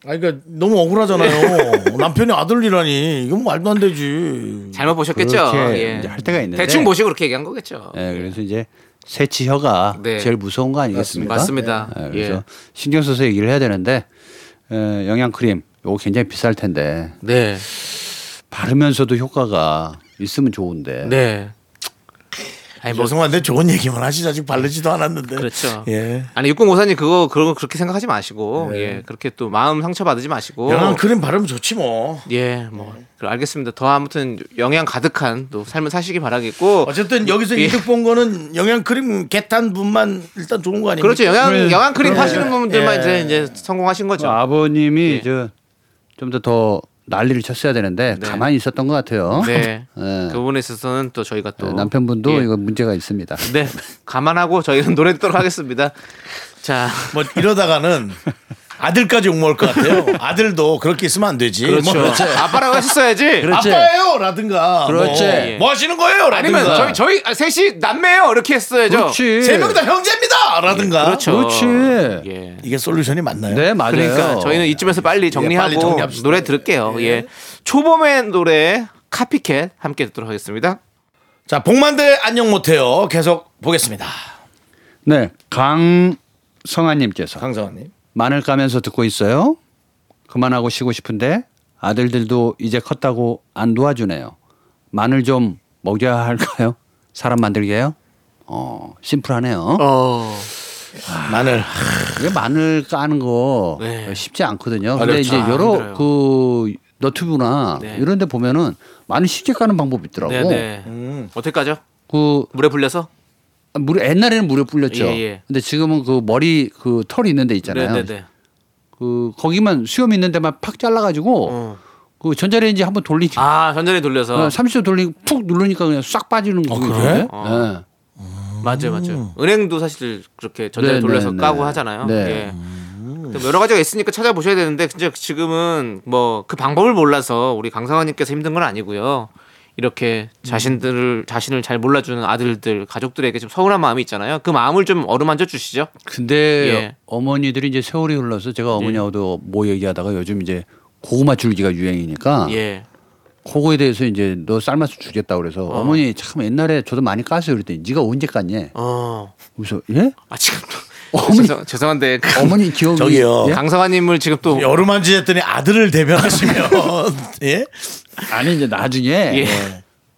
Speaker 5: 아니 그러니까 너무 억울하잖아요. (laughs) 남편이 아들이라니 이건 말도 안 되지.
Speaker 2: 잘못 보셨겠죠.
Speaker 7: 그렇게
Speaker 2: 예.
Speaker 7: 이제 할 때가 있는데
Speaker 2: 대충 보시고 그렇게 얘기한 거겠죠.
Speaker 7: 예, 그래서 이제 새치 혀가
Speaker 2: 네.
Speaker 7: 제일 무서운 거 아니겠습니까?
Speaker 2: 맞습니다.
Speaker 7: 예,
Speaker 2: 예.
Speaker 7: 그래서 신경 써서 얘기를 해야 되는데 에, 영양 크림 요거 굉장히 비쌀 텐데
Speaker 2: 네,
Speaker 7: 바르면서도 효과가 있으면 좋은데
Speaker 2: 네. 아니 뭐
Speaker 5: 죄송한데 좋은 얘기만 하시지 아직 바르지도 않았는데.
Speaker 2: 그렇죠.
Speaker 5: 예.
Speaker 2: 아니 육공오사님 그거 그런 거 그렇게 생각하지 마시고 예 그렇게 또 마음 상처 받지 마시고
Speaker 5: 영양 크림 바르면 좋지 뭐.
Speaker 2: 예, 뭐 그럼 알겠습니다. 더 아무튼 영양 가득한 또 삶을 사시길 바라겠고
Speaker 5: 어쨌든 여기서
Speaker 2: 예.
Speaker 5: 이득 본 거는 영양 크림 개탄 분만 일단 좋은 거 아니에요?
Speaker 2: 그렇죠. 영양 영양 크림 파시는 분들만
Speaker 5: 예.
Speaker 2: 이제 이제 성공하신 거죠.
Speaker 7: 아버님이
Speaker 2: 예.
Speaker 7: 좀 더 더 난리를 쳤어야 되는데
Speaker 2: 네.
Speaker 7: 가만히 있었던 것 같아요.
Speaker 2: 네.
Speaker 7: 예.
Speaker 2: 그 부분에 있어서는 또 저희가 또
Speaker 7: 예, 남편분도
Speaker 2: 예.
Speaker 7: 이거 문제가 있습니다.
Speaker 2: 네 감안하고 저희는 노래 듣도록 하겠습니다. 자
Speaker 5: 뭐 이러다가는 아들까지 욕먹을 것 같아요. 아들도 그렇게 있으면 안 되지.
Speaker 2: 그렇죠.
Speaker 5: 뭐
Speaker 2: 아빠라고 했었어야지.
Speaker 5: 아빠예요라든가.
Speaker 7: 그렇지.
Speaker 5: 뭐, 뭐 하시는 거예요?
Speaker 2: 그렇죠. 아니면 저희 저희 아, 셋이 남매예요 이렇게 했어야죠.
Speaker 7: 그렇지.
Speaker 5: 세명 다 형제입니다라든가.
Speaker 2: 그렇죠.
Speaker 7: 그렇지.
Speaker 2: 예.
Speaker 5: 이게 솔루션이 맞나요?
Speaker 7: 네, 맞아요.
Speaker 2: 그러니까 저희는 이쯤에서 빨리 정리하고
Speaker 5: 빨리 정리합시다.
Speaker 2: 노래 들을게요. 예. 초범의 노래 카피캣 함께 듣도록 하겠습니다.
Speaker 5: 자, 복만대 안녕 못해요. 계속 보겠습니다.
Speaker 7: 네, 강성아님께서
Speaker 5: 강성환님.
Speaker 7: 마늘 까면서 듣고 있어요. 그만하고 쉬고 싶은데 아들들도 이제 컸다고 안 도와주네요. 마늘 좀 먹여야 할까요? 사람 만들게요? 어, 심플하네요. 아,
Speaker 2: 어.
Speaker 5: 마늘.
Speaker 7: 이게 마늘 까는 거
Speaker 2: 네.
Speaker 7: 쉽지 않거든요.
Speaker 2: 어렵죠.
Speaker 7: 근데 이제
Speaker 2: 아,
Speaker 7: 여러
Speaker 2: 힘들어요.
Speaker 7: 그 너튜브나
Speaker 2: 네.
Speaker 7: 이런 데 보면은 마늘 쉽게 까는 방법이 있더라고.
Speaker 2: 네네. 어떻게 까죠?
Speaker 7: 그
Speaker 2: 물에 불려서?
Speaker 7: 물에 옛날에는 물에 불렸죠.
Speaker 2: 예, 예.
Speaker 7: 근데 지금은 그 머리 그 털이 있는 데 있잖아요.
Speaker 2: 네네네.
Speaker 7: 그 거기만 수염 있는 데만 팍 잘라 가지고
Speaker 2: 어.
Speaker 7: 그 전자레인지 한번 돌리니까
Speaker 2: 아 전자레 돌려서
Speaker 7: 30초 돌리고 푹 누르니까 그냥 싹 빠지는 거 아, 그래?
Speaker 2: 어.
Speaker 7: 네.
Speaker 2: 맞아요, 맞아요. 은행도 사실 그렇게 전자레
Speaker 7: 음. 네,
Speaker 2: 돌려서
Speaker 7: 네, 네.
Speaker 2: 까고 하잖아요.
Speaker 7: 네.
Speaker 2: 예. 또 여러 가지가 있으니까 찾아보셔야 되는데 진짜 지금은 뭐 그 방법을 몰라서 우리 강상원님께서 힘든 건 아니고요. 이렇게
Speaker 7: 음.
Speaker 2: 자신들을 자신을 잘 몰라주는 아들들 가족들에게 좀 서운한 마음이 있잖아요. 그 마음을 좀 어루만져 주시죠.
Speaker 7: 근데
Speaker 2: 예.
Speaker 7: 어머니들이 이제 세월이 흘러서 제가 어머니하고도 뭐 얘기하다가 요즘 이제 고구마 줄기가 유행이니까
Speaker 2: 예,
Speaker 7: 그거에 대해서 이제 너 삶아서 주겠다 그래서 어. 머니참 옛날에 저도 많이 까세요 그랬더니 네가 언제 깠냐?
Speaker 2: 어,
Speaker 7: 그래서 예?
Speaker 2: 아 지금 또
Speaker 7: 어머니.
Speaker 2: (laughs) 죄송, 죄송한데 강-
Speaker 7: 어머니 기억이
Speaker 5: 저기요.
Speaker 7: 예?
Speaker 2: (laughs) 강상원님을 지금 또
Speaker 5: 여름한지 했더니 아들을 대변하시면 (laughs) 예?
Speaker 7: 아니 이제 나중에
Speaker 2: 예.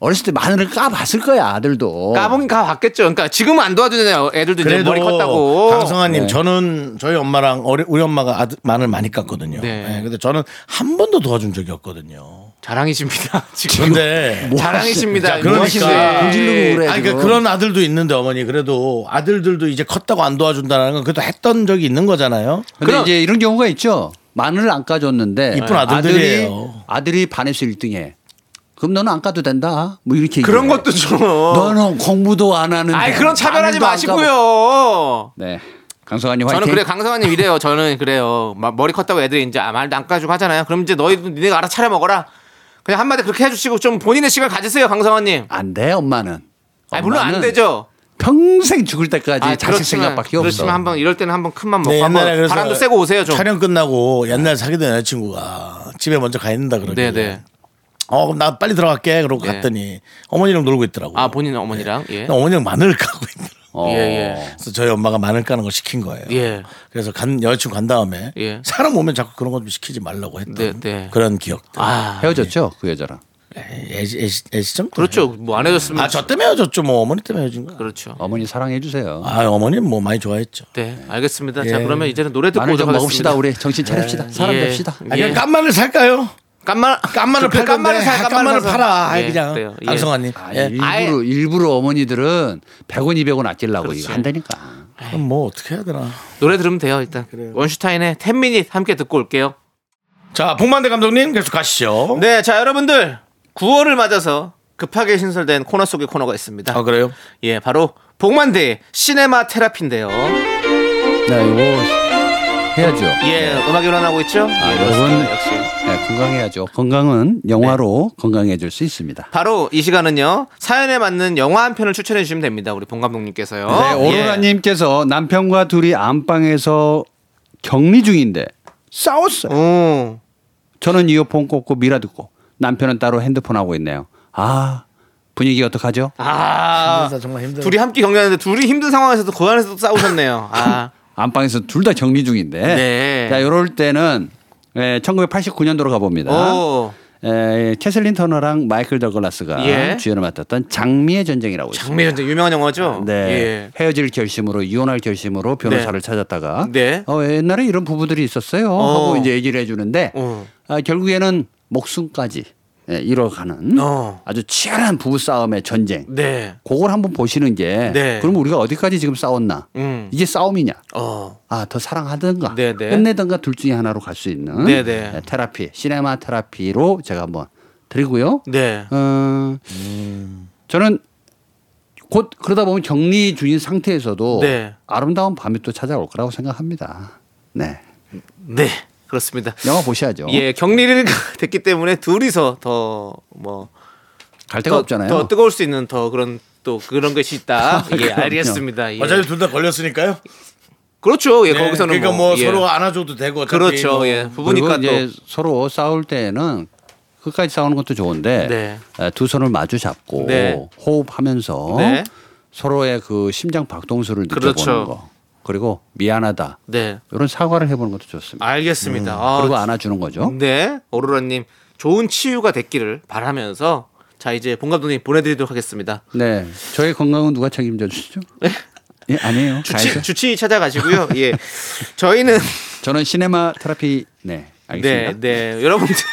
Speaker 7: 어렸을 때 마늘을 까봤을 거야 아들도
Speaker 2: 까봉 가봤겠죠. 그러니까 지금은 안 도와주잖아요. 애들도 이제 머리 컸다고. 네.
Speaker 5: 강성아님 저는 저희 엄마랑 어리, 우리 엄마가 아들, 마늘 많이 깠거든요.
Speaker 2: 네.
Speaker 5: 네, 근데 저는 한 번도 도와준 적이 없거든요.
Speaker 2: 자랑이십니다. (laughs) 지금 뭐
Speaker 5: 근데
Speaker 7: 뭐
Speaker 2: 자랑이십니다.
Speaker 5: 자, 그러니까.
Speaker 2: 멋있어요.
Speaker 5: 돈
Speaker 7: 지르고 그래.
Speaker 5: 아니, 그러니까 그런 아들도 있는데 어머니 그래도 아들들도 이제 컸다고 안 도와준다는 건 그래도 했던 적이 있는 거잖아요.
Speaker 7: 근데
Speaker 2: 그럼-
Speaker 7: 이제 이런 경우가 있죠 마늘을 안 까줬는데 네.
Speaker 5: 이쁜
Speaker 7: 아들이
Speaker 5: 아들들이에요.
Speaker 7: 아들이 반에서 1등해 그럼 너는 안 까도 된다 뭐 이렇게
Speaker 2: 그런
Speaker 7: 얘기해요.
Speaker 2: 것도 좀.
Speaker 7: 너는 공부도 안 하는데
Speaker 2: 아이 그런 차별하지
Speaker 7: 마늘도 안 까고.
Speaker 2: 마시고요.
Speaker 7: 네 강성환님 화이팅
Speaker 2: 저는 그래 강성환님 이래요. 저는 그래요. 마- 머리 컸다고 애들이 이제 아, 말도 안 까주고 하잖아요. 그럼 이제 너희도 니네가 알아 차려 먹어라. 그냥 한마디 그렇게 해주시고 좀 본인의 시간 가지세요,
Speaker 7: 어,
Speaker 2: 강성환님.
Speaker 7: 안돼 엄마는
Speaker 2: 아 물론 안
Speaker 7: 엄마는
Speaker 2: 되죠.
Speaker 7: 평생 죽을 때까지
Speaker 2: 아,
Speaker 7: 자식 생각밖에 없어.
Speaker 2: 그렇지만 한번 이럴 때는 한번 큰맘 먹고
Speaker 5: 네, 옛날에
Speaker 2: 뭐 한번
Speaker 5: 그래서
Speaker 2: 바람도 쐬고 오세요 좀. 네.
Speaker 5: 촬영 끝나고 옛날 사귀던 여자친구가 집에 먼저 가 있는다 그러길래
Speaker 2: 네네.
Speaker 5: 어 그럼 나 빨리 들어갈게 그러고
Speaker 2: 네.
Speaker 5: 갔더니 어머니랑 놀고 있더라고.
Speaker 2: 아 본인 어머니랑 예.
Speaker 5: 어머니랑 마늘 (laughs) 까고 있더라고.
Speaker 7: 어.
Speaker 2: 예, 예.
Speaker 5: 그래서 저희 엄마가 마늘 까는 걸 시킨 거예요.
Speaker 2: 예.
Speaker 5: 그래서 간 여자친구 간 다음에
Speaker 2: 예.
Speaker 5: 사람 오면 자꾸 그런 거 좀 시키지 말라고 했던
Speaker 2: 네, 네.
Speaker 5: 그런 기억들.
Speaker 2: 아
Speaker 7: 헤어졌죠 그 여자랑.
Speaker 5: 애시, 애시, 애시점?
Speaker 2: 그렇죠. 뭐 안 헤어졌으면
Speaker 5: 아저 때문에 헤어졌죠. 뭐 어머니 때문에 헤어진 거.
Speaker 2: 그렇죠.
Speaker 7: 어머니 사랑해 주세요.
Speaker 5: 아 어머니는 뭐 많이 좋아했죠.
Speaker 2: 네 알겠습니다. 자
Speaker 5: 예.
Speaker 2: 그러면 이제는 노래 듣고
Speaker 7: 마늘
Speaker 2: 오도록
Speaker 7: 좀 먹읍시다
Speaker 2: 하겠습니다. 예,
Speaker 7: 우리 정신 차립시다 사람 됩시다.
Speaker 5: 아, 그냥 깐마늘 살까요?
Speaker 2: 깐말
Speaker 5: 깐마늘 팔
Speaker 2: 깐마늘
Speaker 5: 건데.
Speaker 2: 살
Speaker 5: 깐마늘
Speaker 2: 사.
Speaker 5: 팔아. 아이
Speaker 2: 예,
Speaker 5: 그냥
Speaker 2: 그래요. 예.
Speaker 5: 안성환님.
Speaker 7: 아,
Speaker 5: 예.
Speaker 7: 일부러 일부러 어머니들은 100원 200원 아끼려고
Speaker 2: 그렇지.
Speaker 7: 이거 안 되니까.
Speaker 5: 그럼 아, 뭐 어떻게 해야 되나?
Speaker 2: 노래 들으면 돼요 일단 원슈타인의 10 minute 함께 듣고 올게요
Speaker 5: 자, 복만대 감독님 계속 가시죠.
Speaker 2: 네, 자 여러분들 9월을 맞아서 급하게 신설된 코너 속의 코너가 있습니다.
Speaker 5: 아, 그래요?
Speaker 2: 예, 바로 복만대 시네마 테라피인데요.
Speaker 7: 네, 이거 해야죠.
Speaker 2: 예, 음악이 일어나고 있죠? 예,
Speaker 7: 여러분.
Speaker 2: 그렇습니다. 역시.
Speaker 7: 네, 건강해야죠. 건강은 영화로
Speaker 2: 네.
Speaker 7: 건강해질 수 있습니다.
Speaker 2: 바로 이 시간은요 사연에 맞는 영화 한 편을 추천해 주시면 됩니다. 우리 본 감독님께서요.
Speaker 7: 네, 오로라님께서 남편과 둘이 안방에서 격리 중인데 싸웠어요.
Speaker 2: 예. 오,
Speaker 7: 저는 이어폰 꽂고 미라 듣고 남편은 따로 핸드폰 하고 있네요. 아 분위기 어떡하죠?
Speaker 2: 아,
Speaker 5: 힘들다, 정말 힘들어.
Speaker 2: 둘이 함께 경쟁하는데 둘이 힘든 상황에서도 그 안에서도 싸우셨네요. 아,
Speaker 7: 안방에서 둘 다 격리 중인데.
Speaker 2: 네.
Speaker 7: 자, 요럴 때는 에, 1989년도로 가봅니다.
Speaker 2: 오,
Speaker 7: 에, 캐슬린 터너랑 마이클 더글라스가
Speaker 2: 예.
Speaker 7: 주연을 맡았던 장미의 전쟁이라고 있습니다.
Speaker 2: 장미 전쟁 유명한 영화죠.
Speaker 7: 네.
Speaker 2: 예.
Speaker 7: 헤어질 결심으로 이혼할 결심으로 변호사를 찾았다가
Speaker 2: 네.
Speaker 7: 어, 옛날에 이런 부부들이 있었어요 하고
Speaker 2: 어.
Speaker 7: 이제 얘기를 해주는데
Speaker 2: 어.
Speaker 7: 아, 결국에는 목숨까지 예, 이뤄가는
Speaker 2: 어.
Speaker 7: 아주 치열한 부부 싸움의 전쟁.
Speaker 2: 네.
Speaker 7: 그걸 한번 보시는 게
Speaker 2: 네.
Speaker 7: 그럼 우리가 어디까지 지금 싸웠나?
Speaker 2: 음.
Speaker 7: 이게 싸움이냐?
Speaker 2: 어.
Speaker 7: 아 더 사랑하든가
Speaker 2: 네네.
Speaker 7: 끝내든가 둘 중에 하나로 갈 수 있는
Speaker 2: 네네.
Speaker 7: 네, 테라피 시네마 테라피로 제가 한번 드리고요.
Speaker 2: 네.
Speaker 7: 어, 저는 곧 그러다 보면 격리 중인 상태에서도
Speaker 2: 네.
Speaker 7: 아름다운 밤이 또 찾아올 거라고 생각합니다. 네
Speaker 2: 네. 그렇습니다.
Speaker 7: 영화 보셔야죠.
Speaker 2: 예, 격리를 (laughs) 됐기 때문에 둘이서 더뭐
Speaker 7: 갈 데가
Speaker 2: 더-
Speaker 7: 없잖아요. 아,
Speaker 2: 더 뜨거울 수 있는 더 그런 또 그런 것이
Speaker 7: (laughs)
Speaker 2: 있다. 예,
Speaker 7: 그럼요.
Speaker 2: 알겠습니다. 예.
Speaker 5: 어차피 둘 다 걸렸으니까요.
Speaker 2: 그렇죠. 예,
Speaker 5: 네,
Speaker 2: 거기서는
Speaker 5: 그러니까 뭐,
Speaker 2: 예.
Speaker 5: 서로 안아줘도 되고 어차피
Speaker 2: 그렇죠.
Speaker 5: 뭐
Speaker 2: 예.
Speaker 7: 그리고
Speaker 2: 부부니까 또
Speaker 7: 이제 서로 싸울 때는 끝까지 싸우는 것도 좋은데
Speaker 2: 네.
Speaker 7: 에, 두 손을 마주 잡고
Speaker 2: 네.
Speaker 7: 호흡하면서
Speaker 2: 네.
Speaker 7: 서로의 그 심장 박동수를 느껴보는
Speaker 2: 그렇죠.
Speaker 7: 거 그리고 미안하다
Speaker 2: 네.
Speaker 7: 이런 사과를 해보는 것도 좋습니다.
Speaker 2: 알겠습니다.
Speaker 7: 음, 그리고
Speaker 2: 아,
Speaker 7: 안아주는 거죠.
Speaker 2: 네. 오로라님 좋은 치유가 됐기를 바라면서 자 이제 본 감독님 보내드리도록 하겠습니다.
Speaker 7: 네, 저의 건강은 누가 책임져 주시죠?
Speaker 2: 네.
Speaker 7: 예, 아니에요.
Speaker 2: 주치,
Speaker 7: 가야죠.
Speaker 2: 주치 찾아가시고요. 예. 저희는
Speaker 7: 저는 시네마 테라피 네 알겠습니다.
Speaker 2: 네, 네. 여러분들 (laughs)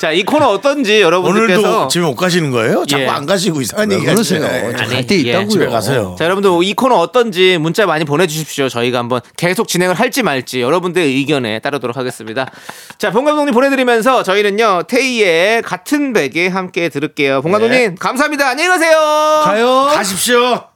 Speaker 2: 자 이 코너 어떤지
Speaker 5: 오늘도
Speaker 2: 여러분들께서
Speaker 5: 집에 못 가시는 거예요? 자꾸
Speaker 2: 예.
Speaker 5: 안 가시고 이상한
Speaker 7: 왜
Speaker 5: 얘기 하시네.
Speaker 7: 아, 그러세요? 갈
Speaker 2: 아니,
Speaker 7: 때
Speaker 2: 예.
Speaker 7: 있다고요.
Speaker 2: 집에
Speaker 7: 어.
Speaker 5: 가세요.
Speaker 2: 자 여러분들 이 코너 어떤지 문자 많이 보내주십시오. 저희가 한번 계속 진행을 할지 말지 여러분들의 의견에 따르도록 하겠습니다. 자봉 감독님 보내드리면서 저희는요 테이의 같은 베개 함께 들을게요. 봉 감독님 감사합니다. 안녕히 가세요.
Speaker 7: 네. 가요.
Speaker 5: 가십시오.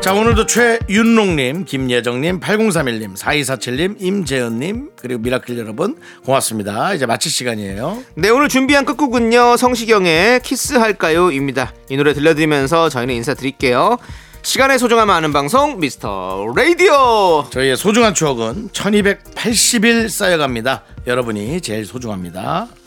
Speaker 5: 자 오늘도 최윤롱님, 김예정님, 8031님, 4247님, 임재현님 그리고 미라클 여러분 고맙습니다. 이제 마칠 시간이에요.
Speaker 2: 네 오늘 준비한 끝곡은요 성시경의 키스할까요입니다. 이 노래 들려드리면서 저희는 인사드릴게요. 시간의 소중함 아는 방송 미스터 라디오.
Speaker 5: 저희의 소중한 추억은 1280일 쌓여갑니다. 여러분이 제일 소중합니다.